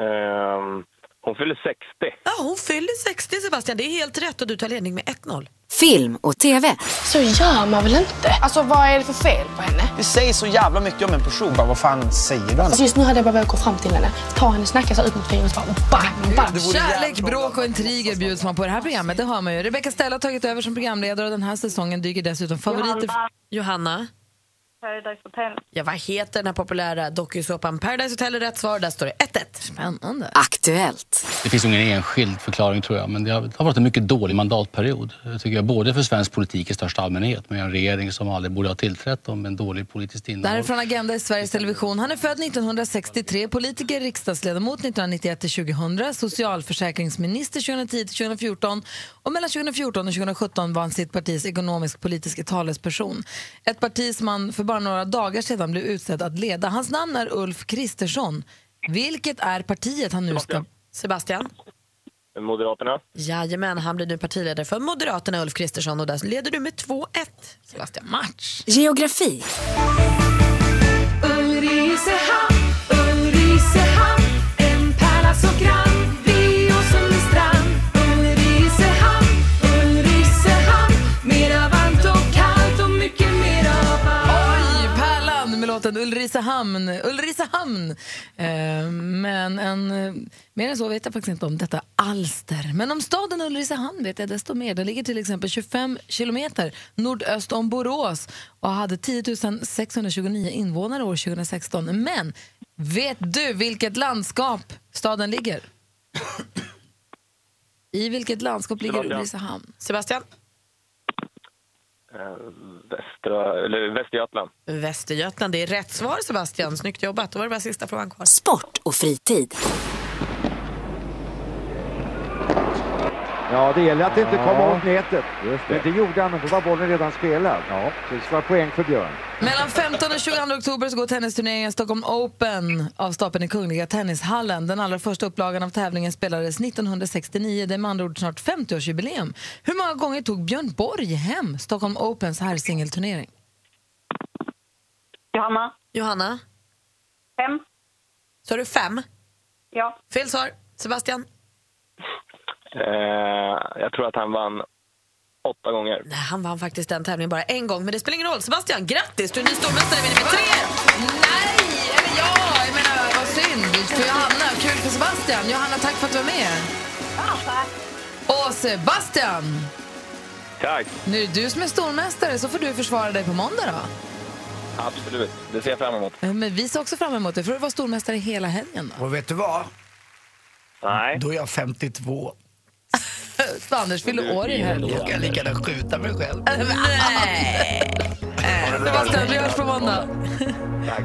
Speaker 9: Ehm, hon fyller 60.
Speaker 2: Ja, hon fyller 60 Sebastian, det är helt rätt och du tar ledning med 1-0.
Speaker 8: Film och TV.
Speaker 10: Så gör man väl inte? Alltså vad är det för fel på henne?
Speaker 11: Det säger så jävla mycket om en person. Bara, vad fan säger du
Speaker 10: Alltså,
Speaker 11: ens?
Speaker 10: just nu hade jag bara behövt gå fram till henne, ta henne, snacka så här ut mot fingret bara, och bang, bang.
Speaker 1: Kärlek, bråk och intriger bjuds man på i det här programmet. Det hör man ju. Rebecca Stella har tagit över som programledare och den här säsongen dyker dessutom favoriter...
Speaker 2: Johanna. Johanna.
Speaker 4: Paradise Hotel.
Speaker 2: Ja, vad heter den här populära dokusåpan Paradise Hotel är rätt svar. Där står det 1-1. Spännande.
Speaker 1: Ah!
Speaker 8: Aktuellt.
Speaker 12: Det finns ingen enskild förklaring tror jag, men det har det har varit en mycket dålig mandatperiod. eh, Tycker jag, både för svensk politik i största allmänhet, med en regering som aldrig borde ha tillträtt om en dålig politiskt
Speaker 1: Det här är
Speaker 12: innehåll.
Speaker 1: från Agenda i Sveriges Television. Han är född 1963, politiker, riksdagsledamot 1991-2000, socialförsäkringsminister 2010-2014 och mellan 2014 och 2017 var han sitt partis ekonomisk-politiske talesperson. Ett parti som han för bara några dagar sedan blev utsedd att leda. Hans namn är Ulf Kristersson. Vilket är partiet han nu ska...
Speaker 2: Sebastian?
Speaker 9: Moderaterna.
Speaker 2: Jajamän, han blir nu partiledare för Moderaterna Ulf Kristersson och där leder du med 2-1. Sebastian. Match.
Speaker 8: Geografi.
Speaker 10: Ulricehamn, Ulricehamn, en pärla så grann vid Åsundstrand. Ulricehamn, Ulricehamn, mera varmt och kallt och mycket mera varmt.
Speaker 1: Oj, Pärlan med låten Ulricehamn. Ulricehamn. Eh, men en, eh, mer än så vet jag faktiskt inte om detta alster. Men om staden Ulricehamn vet jag desto mer. Den ligger till exempel 25 kilometer nordöst om Borås och hade 10 629 invånare år 2016. Men vet du vilket landskap staden ligger? I vilket landskap ligger
Speaker 9: Sebastian.
Speaker 1: Ulricehamn? Sebastian?
Speaker 9: Eh, västra, eller Västergötland.
Speaker 2: Västergötland, det är rätt svar Sebastian. Snyggt jobbat. Då var det bara sista frågan kvar.
Speaker 8: Sport och fritid.
Speaker 13: Ja, det gäller att inte
Speaker 14: Ja,
Speaker 13: komma åt nätet.
Speaker 14: just det.
Speaker 13: Men det gjorde han, men då var bollen redan spelad. Så det var poäng för Björn.
Speaker 1: Mellan 15 och 22 oktober så går tennisturneringen Stockholm Open av stapeln i Kungliga Tennishallen. Den allra första upplagan av tävlingen spelades 1969. Det är med andra ord snart 50-årsjubileum. Hur många gånger tog Björn Borg hem Stockholm Opens herrsingelturnering?
Speaker 2: Johanna. Johanna. Fem. Så du fem? Ja. Fel svar. Sebastian?
Speaker 9: Eh, jag tror att han vann åtta gånger.
Speaker 2: Nej, han vann faktiskt den tävlingen bara en gång, men det spelar ingen roll. Sebastian, grattis! Du är ny stormästare i med tre!
Speaker 1: Nej, eller ja, jag menar vad synd för Johanna. Kul för Sebastian. Johanna, tack för att du var med. Och Sebastian,
Speaker 9: Tack!
Speaker 1: nu är det du som är stormästare så får du försvara dig på måndag då.
Speaker 9: Absolut, det ser jag fram emot.
Speaker 1: Eh, Men vi ser också fram emot det, för du var stormästare hela helgen.
Speaker 3: Och vet du vad? Nej. Då är jag 52.
Speaker 1: Då. Anders fyller år i helgen.
Speaker 3: Jag kan lika gärna skjuta mig själv.
Speaker 1: Äh. Nej! Sebastian, vi hörs på måndag.
Speaker 3: Tack.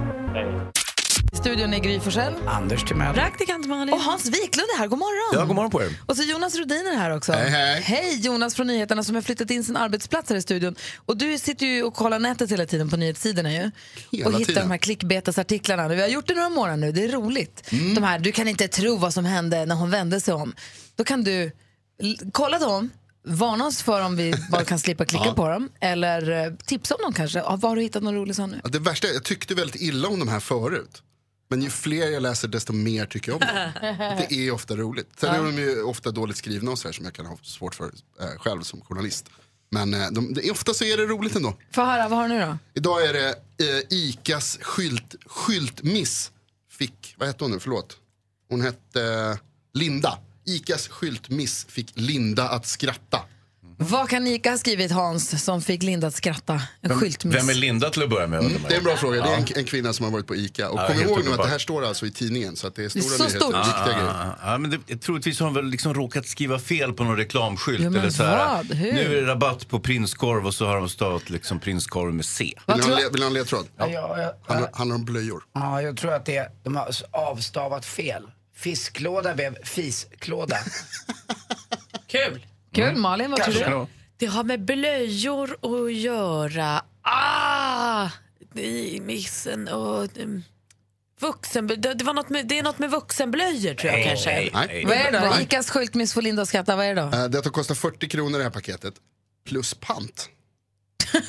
Speaker 1: I studion är Gry Forssell.
Speaker 3: Anders Timell.
Speaker 1: Praktikant Malin. Och Hans Wiklund är här. God morgon.
Speaker 14: Ja, god morgon på er.
Speaker 1: Och så Jonas Rhodin är här också.
Speaker 14: Hej, hej.
Speaker 1: Jonas från Nyheterna som har flyttat in sin arbetsplats här i studion. Och du sitter ju och kollar nätet hela tiden på nyhetssidorna ju.
Speaker 14: Hela
Speaker 1: och hittar
Speaker 14: tiden.
Speaker 1: de här klickbetesartiklarna. Vi har gjort det några månader nu, det är roligt.
Speaker 14: Mm.
Speaker 1: De här, du kan inte tro vad som hände när hon vände sig om. Då kan du l- kolla dem, varna oss för om vi bara kan slippa klicka
Speaker 7: Ja.
Speaker 1: på dem. Eller eh, tipsa om dem kanske. Ja, Var har du hittat någon rolig sån nu?
Speaker 7: Ja, Det värsta är, jag tyckte väldigt illa om de här förut. Men ju fler jag läser desto mer tycker jag om dem. Det är ofta roligt. Sen
Speaker 1: Ja.
Speaker 7: är de ju ofta dåligt skrivna och så här som jag kan ha svårt för eh, själv som journalist. Men eh, de, det, ofta så är det roligt ändå.
Speaker 1: Få höra, vad har du nu då?
Speaker 7: Idag är det eh, ICAs skylt, skyltmiss fick, vad hette hon nu, förlåt. Hon hette eh, Linda. ICAs skyltmiss fick Linda att skratta.
Speaker 1: Vad kan Ica ha skrivit Hans som fick Linda att skratta? En skyltmiss.
Speaker 14: Vem är Linda till att börja med?
Speaker 7: Det är en bra fråga. Det är en, en kvinna som har varit på ICA. Och
Speaker 14: Ja,
Speaker 7: kom
Speaker 14: helt
Speaker 7: ihåg nu att
Speaker 14: underbart.
Speaker 7: det här står alltså i tidningen. Så att det är stora nyheter,
Speaker 14: Ja,
Speaker 7: viktiga grejer.
Speaker 14: ja, ja. ja, men det, troligtvis har hon väl liksom råkat skriva fel på någon reklamskylt.
Speaker 1: Ja, men
Speaker 14: eller så här,
Speaker 1: vad? Hur?
Speaker 14: Nu är det rabatt på prinskorv och så har de stavat liksom prinskorv med C.
Speaker 7: Vill han, le, vill han ledtråd?
Speaker 3: Ja, ja, ja.
Speaker 7: Handlar, handlar om blöjor.
Speaker 3: Ja, jag tror att det är, de har avstavat fel. Fisklåda blev fisklåda.
Speaker 2: Kul!
Speaker 1: Kul, Malin, vad tror du?
Speaker 2: Det har med blöjor att göra. Ah! ah, i missen och um, vuxen, det, det, var något med, det är något med vuxenblöjor tror jag
Speaker 7: Nej,
Speaker 2: kanske.
Speaker 7: nej, nej.
Speaker 1: Vad är det då? Icas skylt med Linda och skratta, vad är det då?
Speaker 7: Eh, Detta kostar 40 kronor det här paketet. Plus pant.
Speaker 3: Ska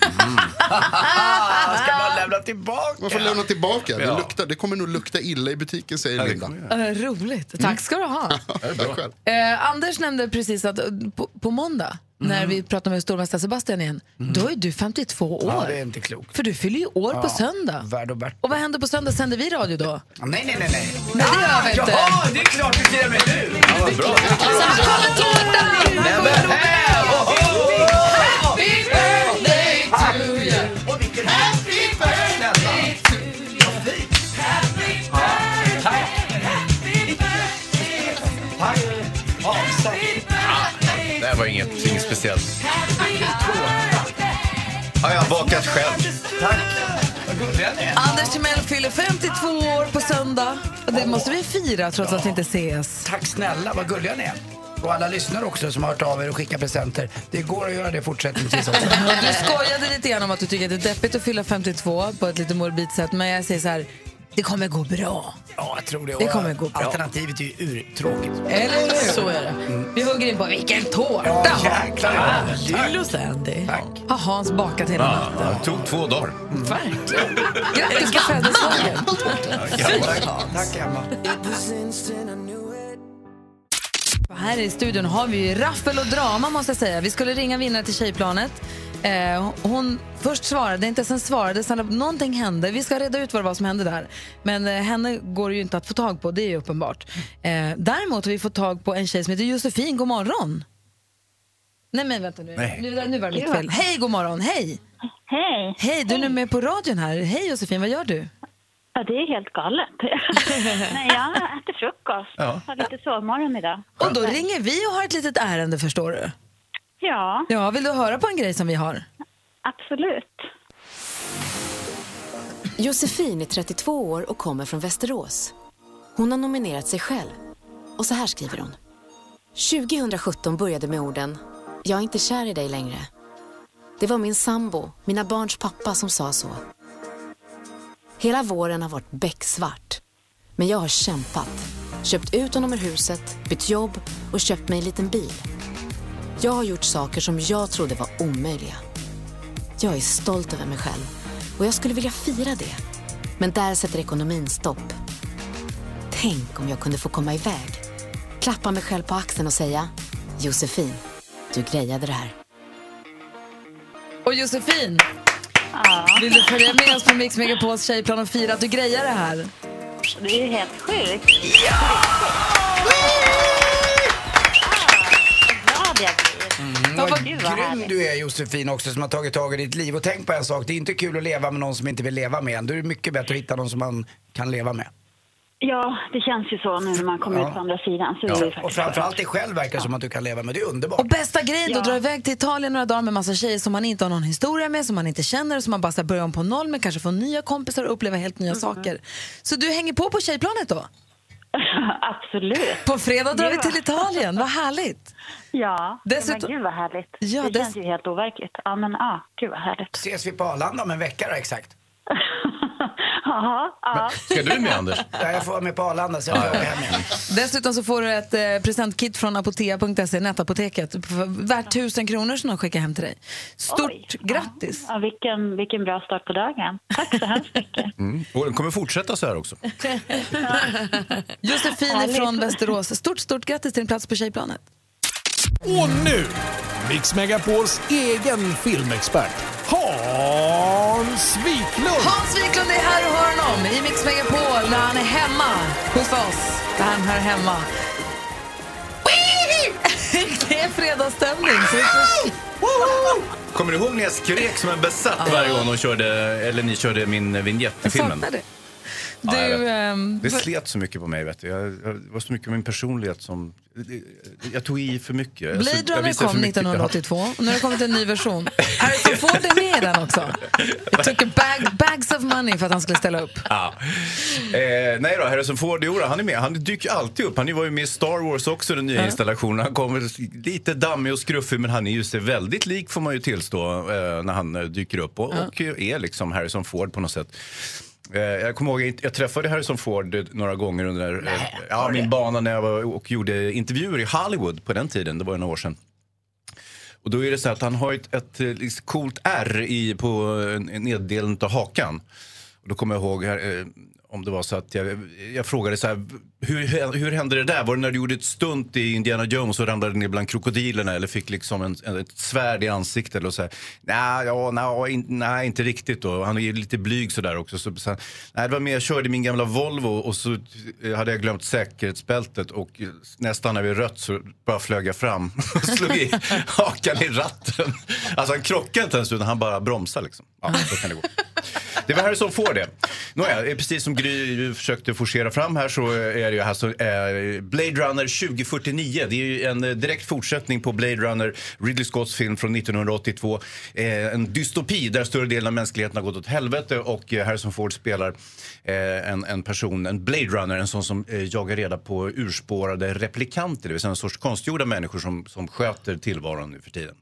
Speaker 3: man lämna tillbaka?
Speaker 7: Man får lämna tillbaka. Det,
Speaker 3: Ja.
Speaker 7: luktar, det kommer nog lukta illa i butiken säger Linda.
Speaker 1: Eh, roligt. Tack ska du
Speaker 3: [laughs]
Speaker 1: ha.
Speaker 7: Tack själv.
Speaker 1: Eh, Anders nämnde precis att eh, på, på måndag, när
Speaker 3: Mm.
Speaker 1: vi pratar med stormästaren Sebastian igen, då är du 52 år.
Speaker 3: Ja, det är inte klokt.
Speaker 1: För du fyller ju år
Speaker 3: Ja,
Speaker 1: på söndag.
Speaker 3: Värd och bärt.
Speaker 1: Och vad händer på söndag? Sänder vi radio då?
Speaker 3: Nej, nej, nej, nej.
Speaker 1: Nej, det gör vi inte.
Speaker 3: Jaha, det är klart vi firar med nu! Ja, vad bra.
Speaker 1: Här kommer Alltså, tårtan! Här kommer
Speaker 3: Happy birthday to you! Och vilken happy birthday to you! Tack! Tack! Avsnitt.
Speaker 15: Det här var inget, inget speciellt. Har jag bakat själv?
Speaker 3: Vad god den är.
Speaker 1: Anders Timell fyller 52 år på söndag. Och det måste vi fira trots att vi inte ses.
Speaker 3: Tack snälla, vad gulliga ni är. Och alla lyssnare också som har hört av er och skickat presenter. Det går att göra det
Speaker 1: [laughs]
Speaker 3: fortsättningsvis också.
Speaker 1: Du skojade lite grann om att du tycker att det är deppigt att fylla 52 på ett lite morbid sätt. Men jag säger så här, det kommer gå bra.
Speaker 3: Ja, jag tror det.
Speaker 1: Det kommer gå bra.
Speaker 3: Alternativet är ju urtråkigt.
Speaker 1: Eller hur? Så är det. Vi hugger in på vilken tårta!
Speaker 3: jäklar.
Speaker 1: Till och Sandy. Har Hans bakat hela
Speaker 15: Ja,
Speaker 1: natten?
Speaker 15: det tog två dagar.
Speaker 1: Verkligen. Grattis på födelsedagen!
Speaker 3: Tack, Emma.
Speaker 1: Här i studion har vi ju raffel och drama måste jag säga. Vi skulle ringa vinnare till Tjejplanet. Eh, hon först svarade inte, sen svarade, sen någonting hände. Vi ska reda ut vad det var som hände där. Men eh, henne går det ju inte att få tag på, det är ju uppenbart. Eh, däremot har vi fått tag på en tjej som heter Josefin, god morgon. Nej men vänta nu,
Speaker 3: Nej.
Speaker 1: nu, nu var det mitt
Speaker 16: Jo.
Speaker 1: fel. Hej, god morgon, hej!
Speaker 16: Hej!
Speaker 1: Hej, du är nu med på radion här. Hej Josefin, vad gör du?
Speaker 16: Ja, det är helt galet. Nej, jag äter frukost.
Speaker 1: Ja.
Speaker 16: Har lite sovmorgon idag.
Speaker 1: Och då ringer vi och har ett litet ärende förstår du.
Speaker 16: Ja,
Speaker 1: Ja, vill du höra på en grej som vi har?
Speaker 16: absolut.
Speaker 8: Josefin är 32 år och kommer från Västerås. Hon har nominerat sig själv. Och så här skriver hon. 2017 började med orden “Jag är inte kär i dig längre”. Det var min sambo, mina barns pappa, som sa så. Hela våren har varit becksvart. Men jag har kämpat. Köpt ut honom ur huset, bytt jobb och köpt mig en liten bil. Jag har gjort saker som jag trodde var omöjliga. Jag är stolt över mig själv och jag skulle vilja fira det. Men där sätter ekonomin stopp. Tänk om jag kunde få komma iväg. Klappa mig själv på axeln och säga Josefin, du grejade det här.
Speaker 1: Och Josefin, vill du följa med oss på Mix Megapols tjejplan och fira att du grejar det här?
Speaker 16: Det är ju helt sjukt. Ja! Ah, Vad glad jag blir.
Speaker 3: Mm, vad grym du är Josefin också som har tagit tag i ditt liv. Och tänk på en sak, det är inte kul att leva med någon som inte vill leva med en. Då är det mycket bättre att hitta någon som man kan leva med.
Speaker 16: Ja, det känns ju så nu när man kommer
Speaker 3: Ja.
Speaker 16: ut på andra sidan. Så det är ju
Speaker 3: Ja. Och
Speaker 16: faktiskt [laughs]
Speaker 3: framförallt dig själv verkar som att du kan leva med. Det är underbart.
Speaker 1: Och bästa grejen då, dra iväg till Italien några dagar med massa tjejer som man inte har någon historia med, som man inte känner och som man bara ska börja om på noll med, kanske få nya kompisar och uppleva helt nya saker. Så du hänger på på tjejplanet då?
Speaker 16: Absolut.
Speaker 1: På fredag drar vi
Speaker 16: Ja.
Speaker 1: till Italien, vad härligt!
Speaker 16: Ja,
Speaker 1: Dessutom-
Speaker 16: men gud vad härligt.
Speaker 1: Ja,
Speaker 16: det
Speaker 1: dess-
Speaker 16: känns ju helt overkligt. Ja, men ja, gud vad härligt.
Speaker 3: Ses vi på Arlanda om en vecka då exakt?
Speaker 16: [laughs] Jaha, ja.
Speaker 15: Ska du med Anders?
Speaker 3: Ja, jag får vara med på Arlanda sen får jag åka hem igen.
Speaker 1: Dessutom så får du ett eh, presentkit från apotea.se, nätapoteket, för värt tusen kronor som de skickar hem till dig. Stort grattis!
Speaker 16: Ja, vilken, vilken bra start på dagen. Tack så hemskt mycket.
Speaker 15: Mm. Och den kommer fortsätta så här också.
Speaker 1: Josefin
Speaker 16: Härligt.
Speaker 1: från Västerås, stort, stort grattis till din plats på tjejplanet.
Speaker 17: Och nu, Mix Megapols egen filmexpert, Hans Wiklund!
Speaker 1: Hans Wiklund är här och hör honom i Mix Megapol när han är hemma hos oss. Där han hör hemma. [laughs] Det är fredagsstämning. så vi får-
Speaker 15: Kommer du ihåg när jag skrek som en besatt varje gång de körde, eller ni körde min vignett i filmen?
Speaker 1: Fattar du?
Speaker 15: Ja, jag
Speaker 1: Du,
Speaker 15: vet.
Speaker 1: ehm,
Speaker 15: det
Speaker 1: vad-
Speaker 15: slet så mycket på mig. Vet du. Jag, jag, det var så mycket av min personlighet som... det- Jag tog i för mycket.
Speaker 1: Blade
Speaker 15: Alltså, jag
Speaker 1: Runner
Speaker 15: visade för
Speaker 1: kom
Speaker 15: mycket.
Speaker 1: 1982 och nu har det kommit en ny version. Harrison Ford är med i den också. Jag tog bag, bags of money för att han skulle ställa upp.
Speaker 15: Ja. Eh, nej då, Harrison Ford, jo, då, han är med. Han dyker alltid upp. Han var ju med i Star Wars också, den nya installationen. Han kommer lite dammig och skruffig, men han är ju sig väldigt lik får man ju tillstå eh, när han eh, dyker upp och,
Speaker 10: Ja.
Speaker 15: och är liksom Harrison Ford på något sätt. Eh, Jag kommer ihåg, jag int- jag träffade Harrison Ford eh, några gånger under eh, ja, min bana när jag var och gjorde intervjuer i Hollywood på den tiden, det var ju några år sedan. Och då är det så att han har ett, ett eh, liksom coolt R i, på eh, neddelen av hakan. Och då kommer jag ihåg här, eh, om det var så att jag, jag frågade så här, hur, hur hände det där? Var det när du gjorde ett stunt i Indiana Jones och ramlade ner bland krokodilerna eller fick liksom en, en, ett svärd i ansiktet? Eller så här, nej, ja, nej, in, nej, inte riktigt då. Han är ju lite blyg sådär också. Så, så, nej, det var mer, jag körde min gamla Volvo och så eh, hade jag glömt säkerhetsbältet och eh, när jag stannade vid rött så bara flög jag fram och [laughs] slog i hakan i ratten. Alltså han krockade inte ens utan han bara bromsade liksom. Ja, så kan det gå. Det var Harrison Ford det. Nåja, eh, precis som Gry försökte forcera fram här så är det ju här så, eh, Blade Runner 2049. Det är ju en eh, direkt fortsättning på Blade Runner, Ridley Scotts film från 1982. Eh, en dystopi där större delen av mänskligheten har gått åt helvete och eh, Harrison Ford spelar eh, en, en person, en Blade Runner, en sån som eh, jagar reda på urspårade replikanter, det vill säga en sorts konstgjorda människor som, som sköter tillvaron nu för tiden.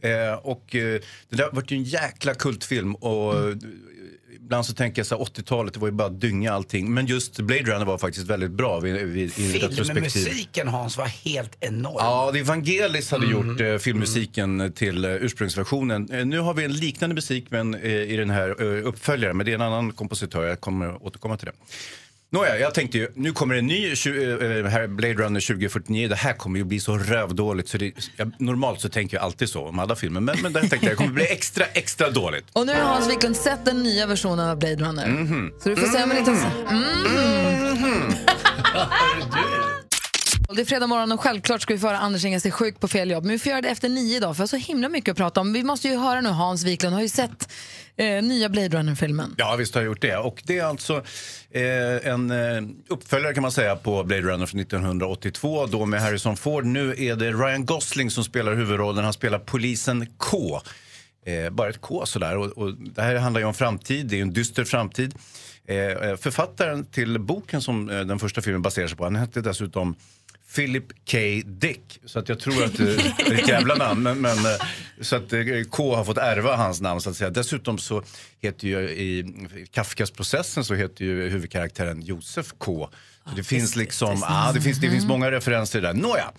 Speaker 15: Eh, och eh, det där vart ju en jäkla kultfilm och eh, ibland så tänker jag så här 80-talet, det var ju bara dynga allting. Men just Blade Runner var faktiskt väldigt bra vid, vid, i retrospektiv.
Speaker 3: Filmmusiken Hans var helt enorm.
Speaker 15: Ja, det Evangelis hade gjort eh, filmmusiken till eh, ursprungsversionen. Eh, nu har vi en liknande musik men, eh, i den här eh, uppföljaren, men det är en annan kompositör. Jag kommer återkomma till det. Nåja, jag tänkte ju, nu kommer en ny tju- eh, här Blade Runner 2049. Det här kommer ju bli så rövdåligt. Så det, jag, normalt så tänker jag alltid så om alla filmer, men, men där tänkte jag det kommer bli extra, extra dåligt.
Speaker 1: Och nu har Hans Wiklund sett den nya versionen av Blade Runner.
Speaker 15: Mhm.
Speaker 1: Så du får säga om en liten... Mhm. Det är fredag morgon och självklart ska vi föra Anders Inga sig sjuk på fel jobb. Men vi får göra det efter nio idag för jag har så himla mycket att prata om. Vi måste ju höra nu, Hans Wiklund har ju sett eh, nya Blade Runner-filmen.
Speaker 15: Ja, visst har jag gjort det. Och det är alltså eh, en eh, uppföljare kan man säga på Blade Runner från 1982 då med Harrison Ford. Nu är det Ryan Gosling som spelar huvudrollen. Han spelar polisen K. Eh, bara ett K sådär. Och, och det här handlar ju om framtid, det är ju en dyster framtid. Eh, Eh, författaren till boken som eh, den första filmen baserar sig på, han hette dessutom Philip K. Dick. Så att jag tror att eh, det är ett jävla namn. Men, men, eh, så att eh, K har fått ärva hans namn så att säga. Dessutom så heter ju i Kafkas processen så heter ju huvudkaraktären Josef K. Så det finns liksom, ah, det finns, det finns många referenser där. Nåja.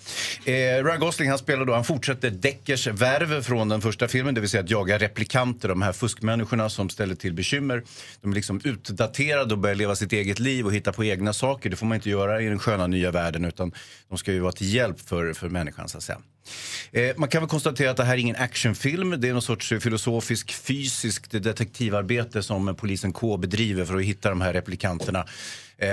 Speaker 15: Eh, Ryan Gosling han spelar då, han fortsätter Deckers värv från den första filmen, det vill säga att jaga replikanter, de här fuskmänniskorna som ställer till bekymmer. De är liksom utdaterade och börjar leva sitt eget liv och hitta på egna saker. Det får man inte göra i den sköna nya världen utan de ska ju vara till hjälp för, för människan så att säga. Eh, man kan väl konstatera att det här är ingen actionfilm. Det är någon sorts eh, filosofisk, fysiskt detektivarbete som eh, polisen K bedriver för att hitta de här replikanterna. Eh,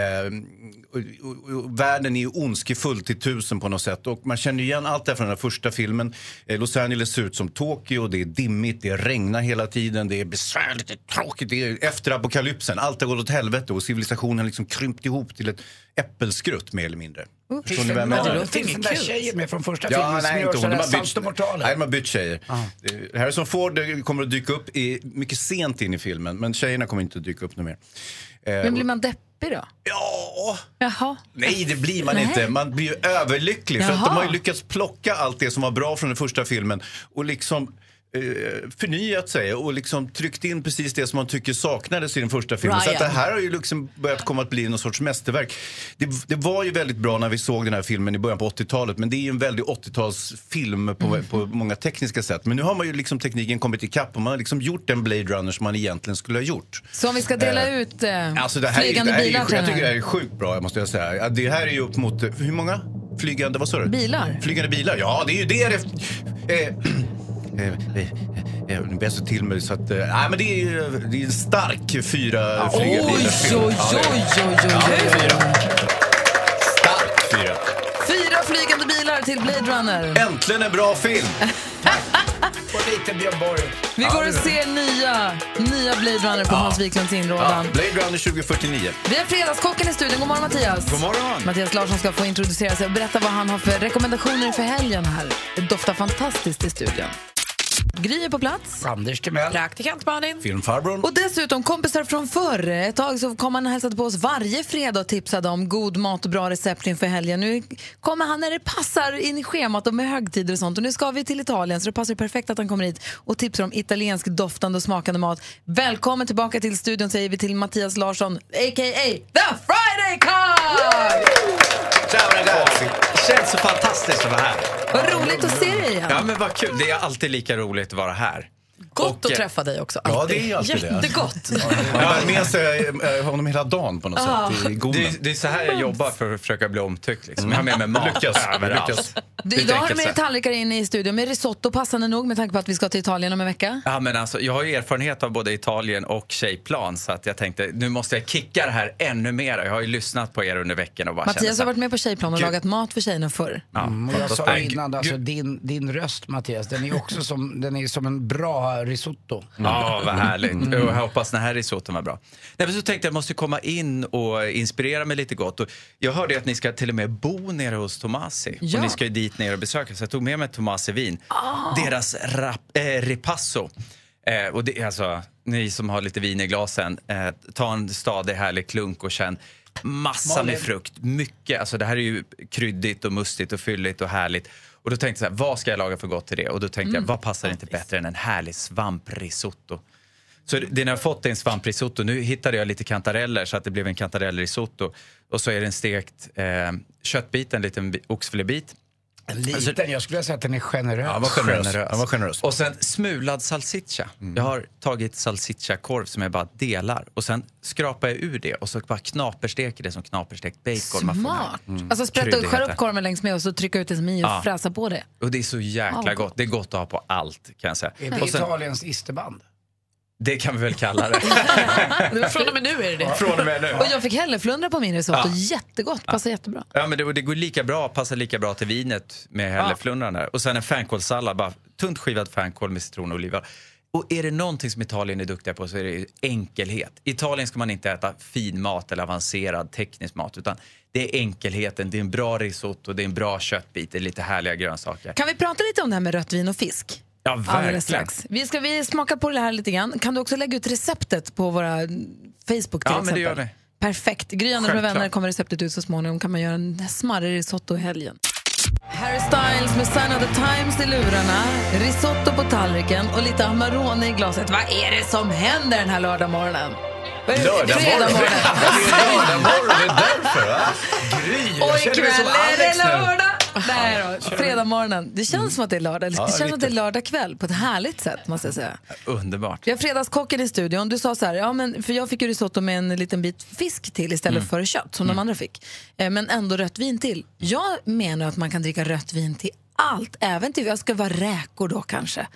Speaker 15: och, och, och, världen är ju ondskefull till tusen på något sätt. Och man känner igen allt det här från den här första filmen. Eh, Los Angeles ser ut som Tokyo, det är dimmigt, det regnar hela tiden, det är besvärligt, det är tråkigt, det är efter apokalypsen. Allt har gått åt helvete och civilisationen har liksom krympt ihop till ett äppelskrutt mer eller mindre. Förstår ni vad jag menar?
Speaker 3: Det finns den där tjejen med från första
Speaker 15: Ja,
Speaker 3: filmen som
Speaker 15: nej,
Speaker 3: gör
Speaker 15: inte hon. De
Speaker 3: sådär
Speaker 15: har bytt,
Speaker 3: salt och mortaler.
Speaker 15: nej, de har bytt tjejer. Ah. Harrison Ford eh, kommer att dyka upp i, mycket sent in i filmen, men tjejerna kommer inte att dyka upp något mer. Eh,
Speaker 1: Men blir man deppig då?
Speaker 15: Ja.
Speaker 1: Jaha.
Speaker 15: Nej, det blir man
Speaker 1: Nej.
Speaker 15: inte. Man blir ju överlycklig. För att
Speaker 1: Jaha.
Speaker 15: de har ju lyckats plocka allt det som var bra från den första filmen och liksom eh, förnyat sig och liksom tryckt in precis det som man tycker saknades i den första filmen. Så att det
Speaker 10: Ryan.
Speaker 15: här har ju liksom börjat komma att bli någon sorts mästerverk. Det, det var ju väldigt bra när vi såg den här filmen i början på 80-talet men det är ju en väldigt 80-talsfilm på,
Speaker 6: Mm.
Speaker 15: på många tekniska sätt. Men nu har man ju liksom tekniken kommit ikapp och man har liksom gjort den Blade Runner som man egentligen skulle ha gjort.
Speaker 1: Så om vi ska dela
Speaker 15: Eh,
Speaker 1: ut eh,
Speaker 15: Alltså det här, är-
Speaker 1: flygande
Speaker 15: det här är,
Speaker 1: bilar
Speaker 15: jag
Speaker 1: till den
Speaker 15: tycker det här
Speaker 1: här.
Speaker 15: är sjukt bra måste jag säga. Ja, Det här är ju upp mot, hur många? Flygande, vad sa du?
Speaker 1: Bilar.
Speaker 15: Flygande bilar, ja det är ju det det... Eh, eh, eh, eh, Nu bäst till mig så att... eh, Nej men det är ju det är en stark fyra flygarbilar.
Speaker 1: oj, oj, oj, oj,
Speaker 15: Ja, det
Speaker 1: oj,
Speaker 15: är
Speaker 1: oj.
Speaker 15: fyra. Stark fyra.
Speaker 1: Fyra flygande bilar till Blade Runner.
Speaker 15: Äntligen en bra film!
Speaker 3: Och lite Björn Borg.
Speaker 1: Vi går och ser nya, nya Blade Runner på
Speaker 14: Ja.
Speaker 1: Hans Wiklunds
Speaker 14: Ja,
Speaker 1: inrådan.
Speaker 14: Blade Runner 2049.
Speaker 1: Vi har Fredagskocken i studion. God morgon Mattias.
Speaker 14: God morgon.
Speaker 1: Mattias Larsson ska få introducera sig och berätta vad han har för rekommendationer för helgen här. Det doftar fantastiskt i studion. Gry är på plats.
Speaker 3: Anders Timell.
Speaker 1: Praktikant Malin.
Speaker 14: Filmfarbrorn.
Speaker 1: Och dessutom kompisar från förr. Ett tag så kom han och hälsade på oss varje fredag och tipsade om god mat och bra recept inför helgen. Nu kommer han när det passar in i schemat och med högtider och sånt. Och nu ska vi till Italien så det passar ju perfekt att han kommer hit och tipsar om italiensk doftande och smakande mat. Välkommen tillbaka till studion säger vi till Mattias Larsson, a.k.a. The Friday Cock!
Speaker 10: Ciao ragazzi! Det känns så fantastiskt att vara här.
Speaker 1: Vad roligt att se dig igen.
Speaker 10: Ja men vad kul, det är alltid lika roligt att vara här.
Speaker 2: Gott att träffa dig också.
Speaker 10: Ja,
Speaker 2: alltid.
Speaker 10: det är alltid det.
Speaker 2: Jättegott.
Speaker 14: Man bär med sig eh, honom hela dagen på något
Speaker 2: Ah.
Speaker 14: sätt. i goden.
Speaker 10: Det är, det är så här jag jobbar för att försöka bli omtyckt. Liksom. Jag har med mig mat
Speaker 14: Lyckas,
Speaker 10: överallt.
Speaker 14: lyckas.
Speaker 1: Du,
Speaker 10: Det är ett
Speaker 1: idag har du
Speaker 10: enkelt
Speaker 1: med dig
Speaker 10: sätt.
Speaker 1: tallrikar in i studion med risotto passande nog med tanke på att vi ska till Italien om en vecka.
Speaker 10: Ja, men alltså, jag har ju erfarenhet av både Italien och tjejplan så att jag tänkte nu måste jag kicka det här ännu mer. Jag har ju lyssnat på er under veckan och bara känner
Speaker 1: Mattias
Speaker 10: så
Speaker 1: har
Speaker 10: här,
Speaker 1: varit med på tjejplan och
Speaker 10: Gud.
Speaker 1: lagat mat för tjejerna förr.
Speaker 10: Ja,
Speaker 3: Mm, och jag
Speaker 10: fattas
Speaker 3: sa
Speaker 10: det.
Speaker 3: innan, alltså, din, din röst Mattias, den är också som, den är som en bra risotto.
Speaker 10: Ja, vad härligt. Och jag hoppas den här risotton var bra. Nej, men så tänkte jag att jag måste komma in och inspirera mig lite gott. Och jag hörde att ni ska till och med bo nere hos Tomasi.
Speaker 1: Ja. Ah.
Speaker 10: Och ni ska ju dit ner och besöka. Så jag tog med mig Tomasi vin. Deras rap, eh, ripasso. Eh, och det, är alltså, ni som har lite vin i glasen, eh, ta en stadig härlig klunk och känn massa
Speaker 3: Malin.
Speaker 10: med frukt. Mycket. Alltså, det här är ju kryddigt och mustigt och fylligt och härligt. Och då tänkte jag så här, vad ska jag laga för gott till det? Och då tänkte
Speaker 3: Mm.
Speaker 10: jag, vad passar inte bättre än en härlig svamprisotto? Så det- det när jag fått är en svamprisotto. Nu hittade jag lite kantareller så att det blev en kantarellrisotto. Och så är det en stekt eh, köttbit, en liten bi- oxfilébit.
Speaker 3: En liten, jag skulle säga att den är Alltså, generös.
Speaker 10: Och sen smulad salsiccia. Jag har tagit salsiccia-korv som jag bara delar. Och sen skrapar jag ur det och så bara knapersteker det som knaperstekt bacon. Man får den här,
Speaker 1: Smart!
Speaker 10: mm,
Speaker 1: Alltså sprätta upp, skär
Speaker 10: kryddigheten.
Speaker 1: upp korven längs med och så trycka ut det som i och
Speaker 10: Ja.
Speaker 1: fräsa på
Speaker 10: [laughs]
Speaker 1: det.
Speaker 10: Och det är så
Speaker 1: Ja,
Speaker 10: jäkla
Speaker 1: vad
Speaker 10: gott. Det är gott att ha på allt kan jag säga.
Speaker 3: Är det
Speaker 10: Och sen,
Speaker 3: Italiens isterband?
Speaker 10: det kan vi väl kalla
Speaker 3: [laughs]
Speaker 10: det.
Speaker 2: Från och med nu är det det.
Speaker 10: Från och med nu.
Speaker 1: Och jag fick hälleflundra på min risotto.
Speaker 10: Ja.
Speaker 1: Jättegott, passar jättebra.
Speaker 10: Ja, men det, och det går lika bra, passar lika bra till vinet med hälleflundran där. Och sen en fänkålssallad, bara tunt skivad fänkål med citron och olivolja. Och är det någonting som Italien är duktiga på så är det ju enkelhet. I Italien ska man inte äta fin mat eller avancerad teknisk mat utan det är enkelheten, det är en bra risotto, det är en bra köttbit, det är lite härliga grönsaker.
Speaker 1: Kan vi prata lite om det här med rött vin och fisk?
Speaker 10: Ja,
Speaker 1: Alldeles
Speaker 10: verkligen.
Speaker 1: strax. Vi ska vi smaka på det här lite grann. Kan du också lägga ut receptet på våra Facebook till
Speaker 10: Ja, men
Speaker 1: exempel?
Speaker 10: det gör vi.
Speaker 1: Perfekt. Gry Anders med
Speaker 10: Självklart.
Speaker 1: vänner kommer receptet ut så småningom. kan man göra en smarrig risotto i helgen. Harry Styles med Sign of the Times i lurarna, risotto på tallriken och lite Amarone i glaset. Vad är det som händer den här lördagmorgonen? Vad är det- Fredag morgon.
Speaker 14: Det är därför, va? Gry, jag
Speaker 1: Och
Speaker 14: känner mig
Speaker 1: ikväll
Speaker 14: som
Speaker 1: är det
Speaker 14: Alex nu.
Speaker 1: lördag! Nej då, fredag morgonen. Det känns som att det är lördag. Eller
Speaker 10: Ja,
Speaker 1: det känns som att det
Speaker 10: lite.
Speaker 1: är lördag kväll på ett härligt sätt måste jag säga.
Speaker 10: Underbart.
Speaker 1: Vi har fredagskocken i studion. Du sa så här, ja, men, för jag fick ju risotto med en liten bit fisk till istället
Speaker 10: Mm.
Speaker 1: för kött som de andra fick. Eh, Men ändå rött vin till. Jag menar att man kan dricka rött vin till allt, även till, jag ska vara räkor då kanske.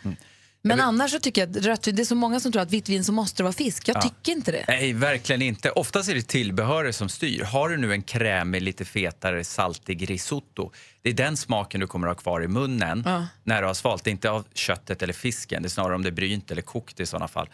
Speaker 1: Men annars så tycker jag att rött vin, det är så många som tror att vitt vin så måste det vara fisk. Jag
Speaker 10: Ja.
Speaker 1: tycker inte det.
Speaker 10: Nej, verkligen inte. Oftast är det tillbehöret som styr. Har du nu en krämig, lite fetare, saltig risotto, det är den smaken du kommer att ha kvar i munnen
Speaker 1: Ja.
Speaker 10: när du har svalt. Det är inte av köttet eller fisken, det är snarare om det är brynt eller kokt i sådana fall.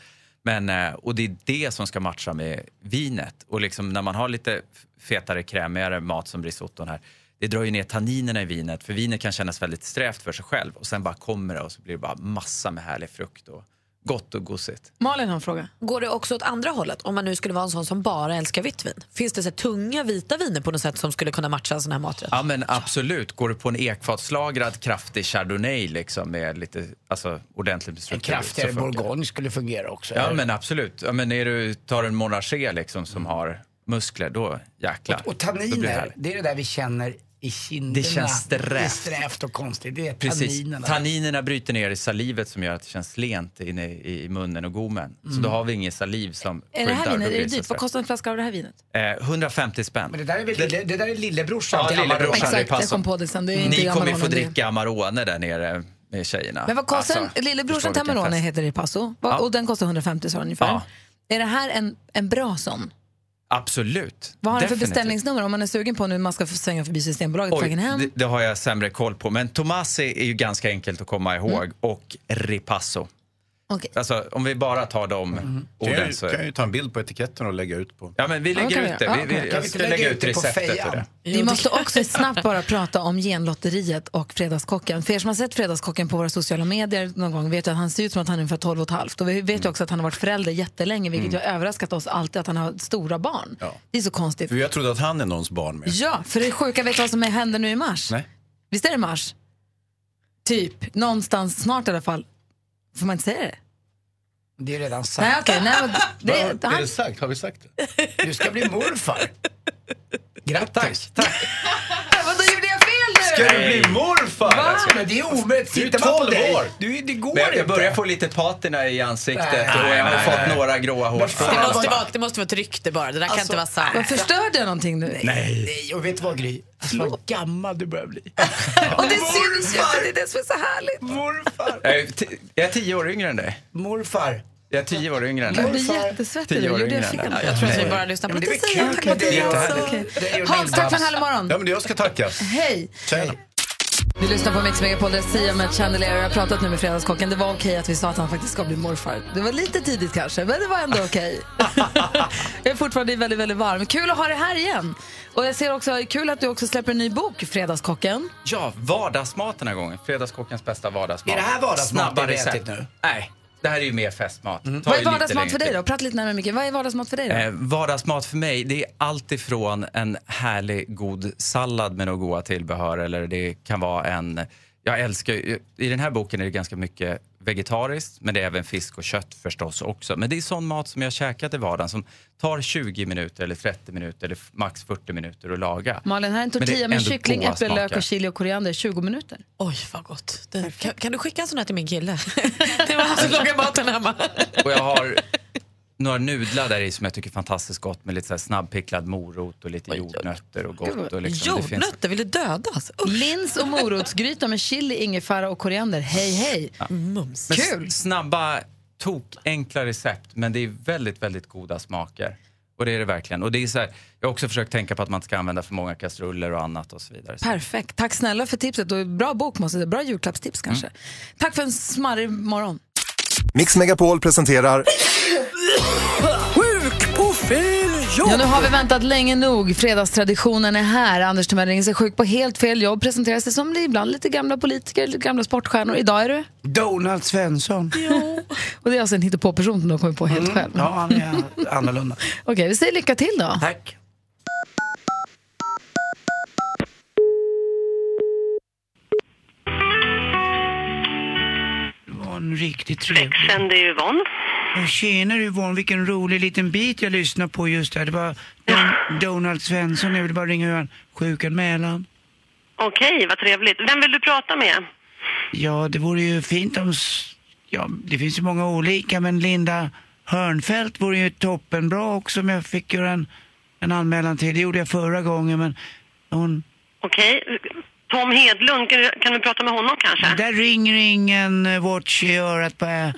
Speaker 10: Men, eh, och det är det som ska matcha med vinet. Och liksom när man har lite fetare, krämigare mat som risotton här, det drar ju ner tanninerna i vinet, för vinet kan kännas väldigt strävt för sig själv. Och sen bara kommer det och så blir det bara massa med härlig frukt och gott och gosigt.
Speaker 1: Malin har en fråga.
Speaker 2: Går det också åt andra hållet? Om man nu skulle vara en sån som bara älskar vitt vin. Finns det så här tunga vita viner på något sätt som skulle kunna matcha en sån här maträtt?
Speaker 10: Ja men absolut. Går du på en ekfatslagrad kraftig chardonnay liksom med lite, alltså ordentligt
Speaker 3: En
Speaker 10: bestrutten
Speaker 3: kraftigare bourgogne skulle fungera också.
Speaker 10: Ja
Speaker 3: eller?
Speaker 10: men absolut. Ja, men är du, tar en monarché liksom som
Speaker 15: Mm.
Speaker 10: har muskler, då jäklar.
Speaker 3: Och
Speaker 10: Då blir det
Speaker 3: tanniner,
Speaker 10: härligt.
Speaker 3: det är det där vi känner i kinderna.
Speaker 10: Det känns strävt.
Speaker 3: Det är strävt och konstigt. Det är
Speaker 10: Precis.
Speaker 3: tanninerna.
Speaker 10: Tanninerna bryter ner i salivet som gör att det känns lent inne i i munnen och gomen. Så
Speaker 3: Mm.
Speaker 10: då har vi ingen saliv som
Speaker 1: Är det här
Speaker 10: skyddar. Då
Speaker 1: vinet, är
Speaker 10: blir
Speaker 1: det
Speaker 10: så
Speaker 1: dyrt? Vad
Speaker 10: starkt.
Speaker 1: kostar en flaska av det här vinet?
Speaker 10: Eh, 150 spänn.
Speaker 3: Men det där är, väl, det, det där är lillebrorsan
Speaker 10: Ja,
Speaker 3: till
Speaker 10: lillebrorsan,
Speaker 3: Amarone.
Speaker 10: det är
Speaker 1: Jag
Speaker 10: passande.
Speaker 1: kom på det sen. Det är inte
Speaker 10: Ni kommer ju
Speaker 1: Amarone, det
Speaker 10: få
Speaker 1: är-
Speaker 10: dricka Alltså, Amarone där nere med tjejerna.
Speaker 1: Men vad kostar en- lillebrorsan
Speaker 10: förstår
Speaker 1: till
Speaker 10: vilken
Speaker 1: Amarone
Speaker 10: fest.
Speaker 1: heter det i Passo Va-
Speaker 10: Ja.
Speaker 1: och den kostar 150 så ungefär.
Speaker 10: Ja.
Speaker 1: Är det här en, en bra sån?
Speaker 10: Absolut.
Speaker 1: Vad har ni för
Speaker 10: Definitivt.
Speaker 1: beställningsnummer om man är sugen på nu man ska få svänga förbi Systembolaget på vägen hem?
Speaker 10: det, det har jag sämre koll på. Men Tomasi är ju ganska enkelt att komma ihåg och Ripasso.
Speaker 1: Mm. Okej.
Speaker 10: Alltså, om vi bara tar de
Speaker 15: Kan jag,
Speaker 10: orden Mm. så...
Speaker 15: ju- kan jag ju ta en bild på etiketten och lägga ut på...
Speaker 10: Ja, men vi
Speaker 1: Mm. Ja,
Speaker 10: lägger
Speaker 1: kan vi
Speaker 10: ut det.
Speaker 1: göra.
Speaker 10: Vi,
Speaker 1: Ja,
Speaker 10: vi,
Speaker 1: kan vi
Speaker 10: jag
Speaker 1: inte
Speaker 10: ska
Speaker 1: lägga
Speaker 10: lägga,
Speaker 1: ut
Speaker 10: ut
Speaker 1: det på
Speaker 10: receptet
Speaker 1: fejan?
Speaker 10: för det.
Speaker 1: Vi måste också snabbt bara prata om genlotteriet och Fredagskocken. För er som har sett Fredagskocken på våra sociala medier någon gång vet ju att han ser ut som att han är ungefär 12 och ett halvt. Och vi vet ju också att han har varit förälder jättelänge, vilket ju har överraskat oss alltid att han har stora barn.
Speaker 15: Ja.
Speaker 1: Det är så konstigt.
Speaker 15: För jag trodde att han är någons barn med.
Speaker 1: Ja, för det sjuka vet du vad som händer nu i mars?
Speaker 15: Nej.
Speaker 1: Visst är det mars? Typ, någonstans snart i alla fall. Får man inte säga det?
Speaker 18: Det är redan sagt.
Speaker 1: Nej, okej. nej, men
Speaker 18: Vad-
Speaker 1: det,
Speaker 18: är
Speaker 1: han,
Speaker 18: det
Speaker 15: sagt? Har vi sagt
Speaker 18: det? Du ska bli morfar. Grattis.
Speaker 1: Vadå, gjorde jag fel nu?
Speaker 18: Ska du bli
Speaker 10: morfar?
Speaker 18: Va? Men det är omöjligt. Tittar man på dig-
Speaker 10: Du, det går
Speaker 18: Men
Speaker 10: jag börjar få lite patina i ansiktet
Speaker 18: Nej,
Speaker 10: och
Speaker 18: nej,
Speaker 10: jag har
Speaker 18: nej,
Speaker 10: fått
Speaker 18: nej.
Speaker 10: några gråa hårstrån.
Speaker 2: Det måste, vara, det måste vara ett rykte bara. Det där kan
Speaker 18: Alltså,
Speaker 2: inte vara sant.
Speaker 1: Vad förstörde jag någonting nu?
Speaker 18: Nej, och vet du vad Gry? Alltså, vad gammal du börjar bli.
Speaker 10: [laughs]
Speaker 1: Och det syns ju inte, det är det som är så härligt.
Speaker 18: Morfar.
Speaker 10: Jag är ti- jag är tio år yngre än dig.
Speaker 18: Morfar.
Speaker 10: Jag är tio år yngre än dig.
Speaker 1: Jag blir jättesvettig.
Speaker 10: Tio år
Speaker 1: Gjorde jag
Speaker 10: yngre
Speaker 1: fel?
Speaker 10: än dig.
Speaker 2: Jag tror att vi bara lyssnar på
Speaker 1: men det
Speaker 2: lite
Speaker 1: var
Speaker 2: säger
Speaker 1: kul.
Speaker 2: tack och
Speaker 1: Det är
Speaker 2: hej.
Speaker 1: jättehärligt.
Speaker 2: Okej.
Speaker 1: Hans, tack för en härlig morgon.
Speaker 15: Ja, men jag ska tacka.
Speaker 1: Hej!
Speaker 15: Tjena.
Speaker 1: Du lyssnar på Mix Megapol, det är Sia med Chandelier. Jag har pratat nu med Fredagskocken. Det var okej att vi sa att han faktiskt ska bli morfar. Det var lite tidigt kanske, men det var ändå
Speaker 10: [laughs]
Speaker 1: okej. jag är fortfarande väldigt, väldigt varm. Kul att ha dig här igen. Och jag ser också, kul att du också släpper en ny bok, Fredagskocken.
Speaker 10: Ja, vardagsmat den här gången. Fredagskockens bästa vardagsmat.
Speaker 1: Är det här vardagsmat
Speaker 10: Snabba
Speaker 1: det vi
Speaker 10: recept.
Speaker 1: ätit Typ nu? Mm.
Speaker 10: Nej, det här är ju mer festmat. Tar
Speaker 1: Vad
Speaker 10: ju
Speaker 1: är
Speaker 10: lite
Speaker 1: vardagsmat
Speaker 10: längre
Speaker 1: för dig
Speaker 10: tid.
Speaker 1: då? Prata lite närmare mycket. Vad är vardagsmat för dig då?
Speaker 10: Eh, vardagsmat för mig, det är allt ifrån en härlig god sallad med några goda tillbehör eller det kan vara en... Jag älskar ju- I den här boken är det ganska mycket vegetariskt men det är även fisk och kött förstås också. Men det är sån mat som jag käkat i vardagen som tar 20 minuter eller 30 minuter eller f- max 40 minuter att laga.
Speaker 1: Malin, här är en
Speaker 10: Men det är
Speaker 1: tortilla med
Speaker 10: ändå
Speaker 1: kyckling,
Speaker 10: goda
Speaker 1: äpple, lök
Speaker 10: smaker.
Speaker 1: och chili och koriander. 20 minuter.
Speaker 2: Oj, vad gott. Den, kan, kan du skicka en sån här till min kille? Det var han som lagade maten hemma.
Speaker 10: Och jag har några nudlar där i som jag tycker är fantastiskt gott med lite så här snabbpicklad morot och lite jordnötter och gott. Och liksom, det finns-
Speaker 2: Jordnötter, vill du dödas?
Speaker 1: Lins och morotsgryta med chili, ingefära och koriander. Hej, hej. Mums.
Speaker 10: Men s-
Speaker 1: Kul.
Speaker 10: Snabba, tokenkla recept, men det är väldigt, väldigt goda smaker. Och det är det verkligen. Och det är så här, jag har också försökt tänka på att man inte ska använda för många kastruller och annat och så vidare. Så-
Speaker 1: Perfekt. Tack snälla för tipset. Och bra bok, måste jag säga. bra julklappstips
Speaker 18: Mm.
Speaker 1: kanske. Tack för en smarrig morgon.
Speaker 6: Mix Megapol presenterar
Speaker 19: Sjuk på fel jobb!
Speaker 1: Ja, nu har vi väntat länge nog. Fredagstraditionen är här. Anders Timell ringer sig sjuk på helt fel jobb. Presenterar sig som ibland lite gamla politiker, lite gamla sportstjärnor. Idag är du?
Speaker 18: Donald Svensson.
Speaker 1: Och det är alltså en hittepåperson som du har kommit på helt själv.
Speaker 18: Mm. Ja, han är annorlunda.
Speaker 1: Okej, vi säger lycka till då.
Speaker 18: Tack. Det var en riktigt trevlig...
Speaker 4: Sänder Yvonne.
Speaker 18: Ja, Tjenare Yvonne, vilken rolig liten bit jag lyssnade på just där. Det var Don- Donald Svensson, jag ville bara ringa och göra en sjukanmälan.
Speaker 4: Okej, vad trevligt. Vem vill du prata med?
Speaker 18: Ja, det vore ju fint om... s- Ja, det finns ju många olika, men Linda Hörnfeldt vore ju toppenbra också om jag fick göra en, en anmälan till. Det gjorde jag förra gången, men hon...
Speaker 4: Okej. Tom Hedlund, kan du, kan du prata med honom kanske?
Speaker 18: Där ringer ingen eh, watch i örat på... eh,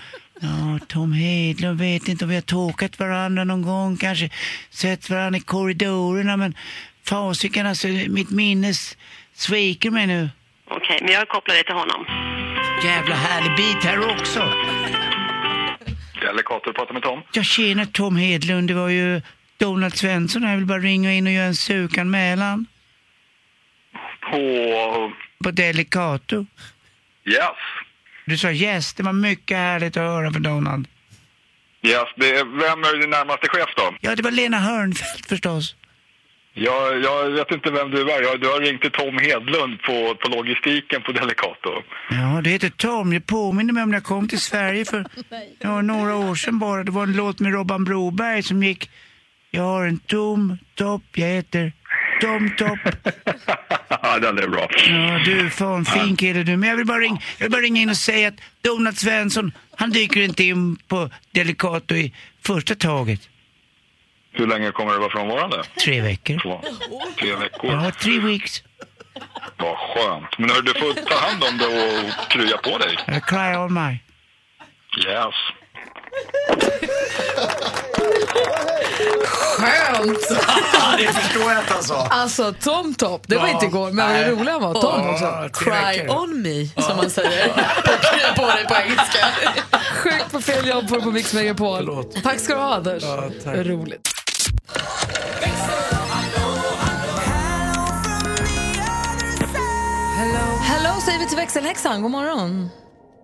Speaker 18: Ja, Tom Hedlund vet inte om vi har tåkat varandra någon gång, kanske sett varandra i korridorerna, men fasiken alltså, mitt minne s- sviker mig nu.
Speaker 4: Okej, men jag kopplar dig till honom.
Speaker 18: Jävla härlig bit här också.
Speaker 9: Delikat, du pratar med Tom.
Speaker 18: Ja, tjena Tom Hedlund. Det var ju Donald Svensson här. Jag vill bara ringa in och göra en sukanmälan
Speaker 9: På...
Speaker 18: på Delicato.
Speaker 9: Yes.
Speaker 18: Du sa yes. Det var mycket härligt att höra för Donald.
Speaker 9: Yes, det är, vem är din närmaste chef då?
Speaker 18: Ja, det var Lena Hörnfeldt förstås.
Speaker 9: Jag, jag vet inte vem du är. Jag, du har ringt till Tom Hedlund på, på logistiken på [laughs] Delicato.
Speaker 18: Ja, det heter Tom. Det påminner mig om när jag kom till Sverige för ja, några år sedan bara. Det var en låt med Robban Broberg som gick Jag har en tom topp, jag heter Tom Topp.
Speaker 9: Den är bra.
Speaker 18: Ja, du fan fin kille du. Men jag vill, bara ringa, jag vill bara ringa in och säga att Donald Svensson, han dyker inte in på Delicato i första taget.
Speaker 9: Hur länge kommer du vara frånvarande?
Speaker 18: Tre veckor.
Speaker 9: Två, tre veckor.
Speaker 18: Ja, three weeks.
Speaker 9: Vad skönt. Men hörru, du får ta hand om det och krya på dig.
Speaker 18: I cry all my.
Speaker 9: Yes.
Speaker 1: Skönt!
Speaker 3: det förstår jag att han sa.
Speaker 1: Alltså Tom Topp, det var inte igår, men vad rolig han var. Tom också. Cry on me, som man säger. Krya [laughs] på dig på engelska. Sjukt på fel jobb på, på Mix Megapol. Tack ska du ha Anders. Roligt. Hello säger vi till växelhäxan, god morgon.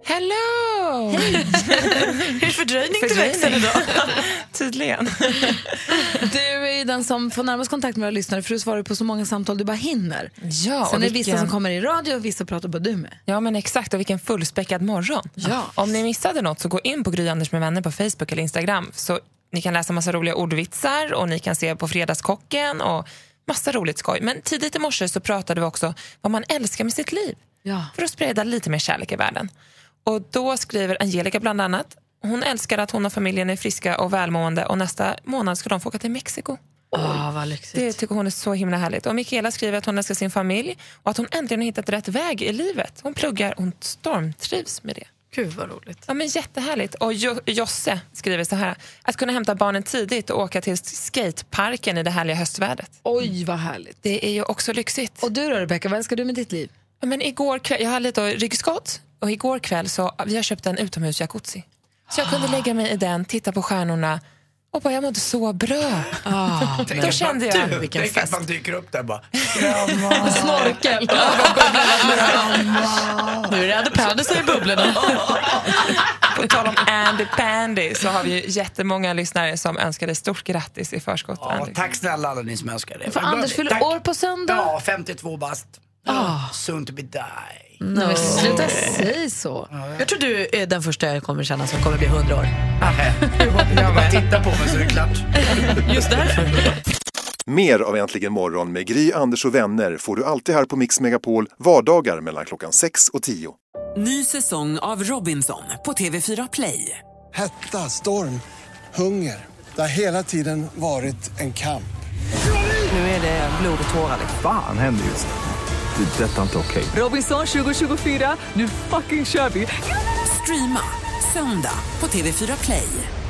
Speaker 1: Hello! Hej!
Speaker 20: Hur är fördröjning till växeln idag? Tydligen.
Speaker 1: Du är ju den som får närmast kontakt med våra lyssnare för du svarar på så många samtal du bara hinner.
Speaker 20: Ja,
Speaker 1: Sen
Speaker 20: och
Speaker 1: är det vissa
Speaker 20: vilken-
Speaker 1: som kommer i radio och vissa pratar bara du med.
Speaker 20: Ja, men exakt. Och vilken fullspäckad morgon. Ja. Om ni missade något så gå in på Gry Anders med vänner på Facebook eller Instagram. Så Ni kan läsa massa roliga ordvitsar och ni kan se på Fredagskocken och massa roligt skoj. Men tidigt i morse så pratade vi också vad man älskar med sitt liv för att sprida lite mer kärlek i världen. Och då skriver Angelica bland annat hon älskar att hon och familjen är friska och välmående och nästa månad ska de få åka till Mexiko.
Speaker 1: Åh, vad lyxigt.
Speaker 20: Det tycker hon är typ- så himla härligt. Och Mikaela skriver att hon älskar sin familj och att hon äntligen har hittat rätt väg i livet. Hon pluggar och hon stormtrivs med det.
Speaker 1: Gud vad roligt.
Speaker 20: Ja, men jättehärligt. Och jo- Josse skriver så här. Att kunna hämta barnen tidigt och åka till skateparken i det härliga höstvädret.
Speaker 1: Oj, vad härligt.
Speaker 20: Det är ju också lyxigt.
Speaker 1: Och du då Rebecka, vad älskar du med ditt liv?
Speaker 20: Ja, men igår kväll, jag har lite ryggskott och igår kväll så vi har köpt en utomhusjacuzzi. Så jag kunde lägga mig i den, titta på stjärnorna och bara jag mådde så bra. Då kände jag...
Speaker 3: Du, tänk att man dyker upp där [laughs] bara.
Speaker 1: Snorkel.
Speaker 20: Nu är det Andy Pandy som är i bubblorna. På tal om Andy Pandy så har vi ju jättemånga lyssnare som önskar dig stort grattis i förskott.
Speaker 3: Ja, tack snälla alla ni som önskar det.
Speaker 20: För Anders fyller
Speaker 1: år på söndag.
Speaker 3: Ja, 52 bast. Soon to be die.
Speaker 1: Nej, men sluta säg så.
Speaker 2: Jag tror du är den första jag kommer känna som kommer bli 100 år.
Speaker 3: [laughs] Jag bara tittar på mig så är det klart.
Speaker 2: Just därför.
Speaker 6: Mer av Äntligen morgon med Gry, Anders och vänner får du alltid här på Mix Megapol vardagar mellan klockan 6 och 10.
Speaker 21: Ny säsong av Robinson på TV4 Play.
Speaker 22: Hetta, storm, hunger. Det har hela tiden varit en kamp.
Speaker 21: Nu är det blod och tårar.
Speaker 23: Fan händer just nu. Det. är Detta är inte okej.
Speaker 21: Robinson 2024, nu fucking kör vi! Streama söndag på TV4 Play.